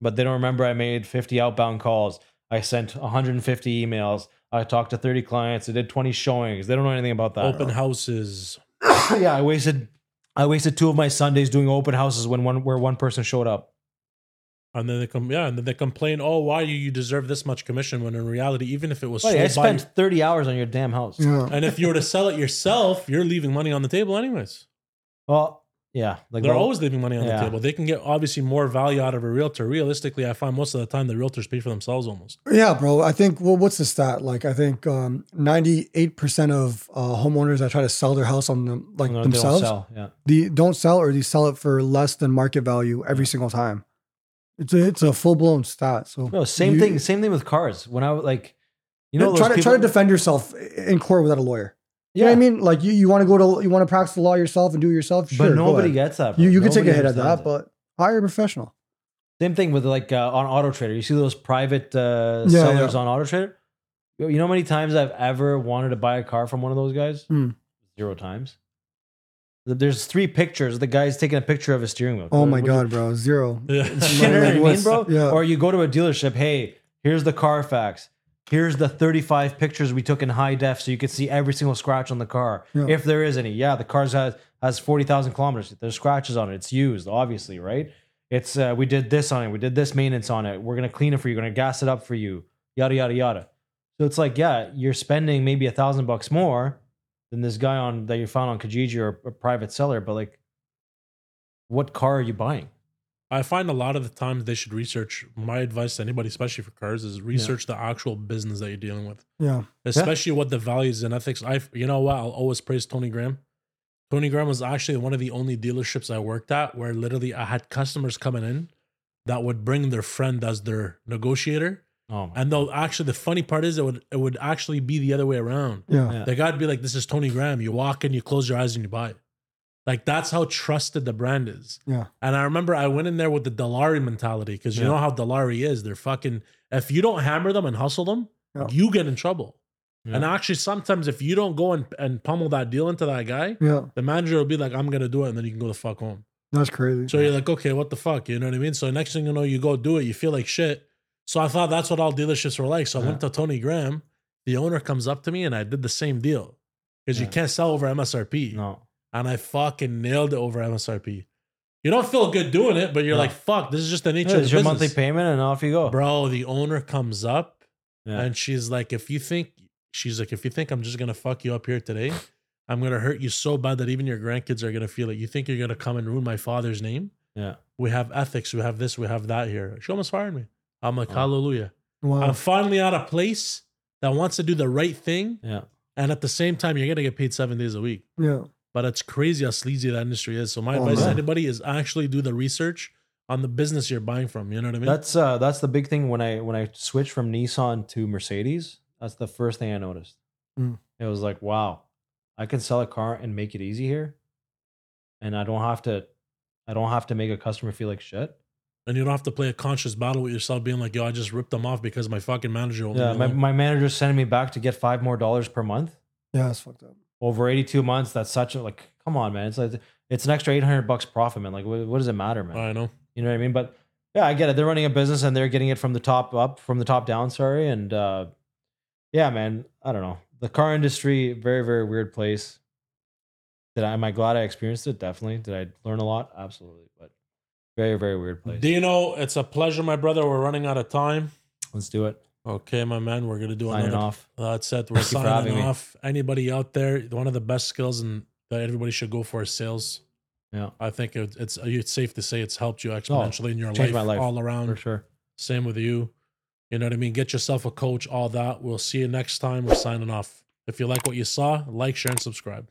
But they don't remember I made 50 outbound calls. I sent 150 emails. I talked to 30 clients. I did 20 showings. They don't know anything about that. Open houses. <laughs> yeah, I wasted I wasted two of my Sundays doing open houses when one where one person showed up. And then they come, yeah, and then they complain, oh, why you, you deserve this much commission when in reality, even if it was Buddy, I sold by you- spent 30 hours on your damn house. Yeah. and if you were to sell it yourself, you're leaving money on the table anyways. Well, yeah, like They're well, always leaving money on the yeah. table. They can get obviously more value out of a realtor. Realistically, I find most of the time the realtors pay for themselves almost. <laughs> Yeah, bro. I think well, what's the stat? Like, I think um, ninety-eight percent of uh, homeowners that try to sell their house on them, like no, they don't themselves, sell, Yeah. they don't sell or they sell it for less than market value every single time. It's a, it's a full blown stat. So No, same you- thing. Same thing with cars. When I was like, you know, try to those try to people- defend yourself in court without a lawyer. You yeah, know what I mean? Like you, you want to go to you want to practice the law yourself and do it yourself. but Sure, go nobody ahead. gets that. bro. you you can take a Nobody hit at that, understands it. but hire a professional. same thing with like uh, on Auto Trader. You see those private uh, Yeah, sellers yeah. on Auto Trader. You know how many times I've ever wanted to buy a car from one of those guys? Hmm. Zero times. There's three pictures. The guy's taking a picture of his steering wheel. Oh What- my what- god, bro, zero. Yeah. You know what I mean, bro? Yeah. Or you go to a dealership, hey, here's the Carfax. Here's the 35 pictures we took in high def so you could see every single scratch on the car. Yeah. If there is any. Yeah, the car has has 40,000 kilometers. There's scratches on it. It's used, obviously, right? It's uh, we did this on it. We did this maintenance on it. We're going to clean it for you. We're going to gas it up for you. Yada yada yada. So it's like, yeah, you're spending maybe a thousand bucks more than this guy on that you found on Kijiji or a private seller, but like, what car are you buying? I find a lot of the times they should research. My advice to anybody, especially for cars, is research the actual business that you're dealing with, Yeah, especially what the values and ethics. I, you know what? I'll always praise Tony Graham. Tony Graham was actually one of the only dealerships I worked at where literally I had customers coming in that would bring their friend as their negotiator, Oh my and they'll actually the funny part is it would it would actually be the other way around. yeah, Yeah. The guy would be like, "This is Tony Graham." You walk in, you close your eyes, and you buy it. Like that's how trusted the brand is. Yeah. And I remember I went in there with the Delari mentality because you Yeah. know how Delari is. They're fucking. If you don't hammer them and hustle them, Yeah. you get in trouble. Yeah. And actually, sometimes if you don't go and, and pummel that deal into that guy, yeah. the manager will be like, "I'm gonna do it," and then you can go the fuck home. That's crazy. So you're like, okay, what the fuck? You know what I mean? So next thing you know, you go do it, you feel like shit. So I thought that's what all dealerships were like. So I Uh-huh. went to Tony Graham. The owner comes up to me and I did the same deal because you Yeah. can't sell over MSRP. No. And I fucking nailed it over MSRP. You don't feel good doing it, but you're No. like, fuck, this is just the nature Yeah, of it's the your business. monthly payment and off you go. Bro, the owner comes up Yeah. and she's like, if you think, she's like, if you think I'm just going to fuck you up here today, I'm going to hurt you so bad that even your grandkids are going to feel it. You think you're going to come and ruin my father's name? yeah. we have ethics, we have this, we have that here. She almost fired me. I'm like, Oh. hallelujah. wow. I'm finally at a place that wants to do the right thing. Yeah. And at the same time, you're going to get paid seven days a week. yeah, But it's crazy how sleazy that industry is. So, my Oh, advice to man. anybody is actually do the research on the business you're buying from. You know what I mean? That's uh that's the big thing when I when I switched from Nissan to Mercedes, that's the first thing I noticed. Mm. It was like, wow, I can sell a car and make it easy here. And I don't have to I don't have to make a customer feel like shit. And you don't have to play a conscious battle with yourself, being like, "Yo, I just ripped them off because my fucking manager." won't Yeah, leave me my, alone." my manager sending me back to get five more dollars per month Yeah, it's fucked up. over 82 months. That's such a like, come on, man. It's like, it's an extra 800 bucks profit, man. Like, what, what does it matter, man? I know. You know what I mean? But yeah, I get it. They're running a business and they're getting it from the top up, from the top down, sorry. And uh, yeah, man, I don't know. The car industry, very, very weird place. Did I, am I glad I experienced it? Definitely. Did I learn a lot? Absolutely. But very, very weird place. Dino, it's a pleasure, my brother. We're running out of time. Let's do it. Okay, my man, we're gonna do Signing another off. That's it. We're Thank you for signing having me. off. Anybody out there, one of the best skills and that everybody should go for is sales. Yeah. Oh, I think it, it's it's safe to say it's helped you exponentially in your life, changed my life, all around. For sure. Same with you. You know what I mean? Get yourself a coach, all that. We'll see you next time. We're signing off. If you like what you saw, like, share, and subscribe.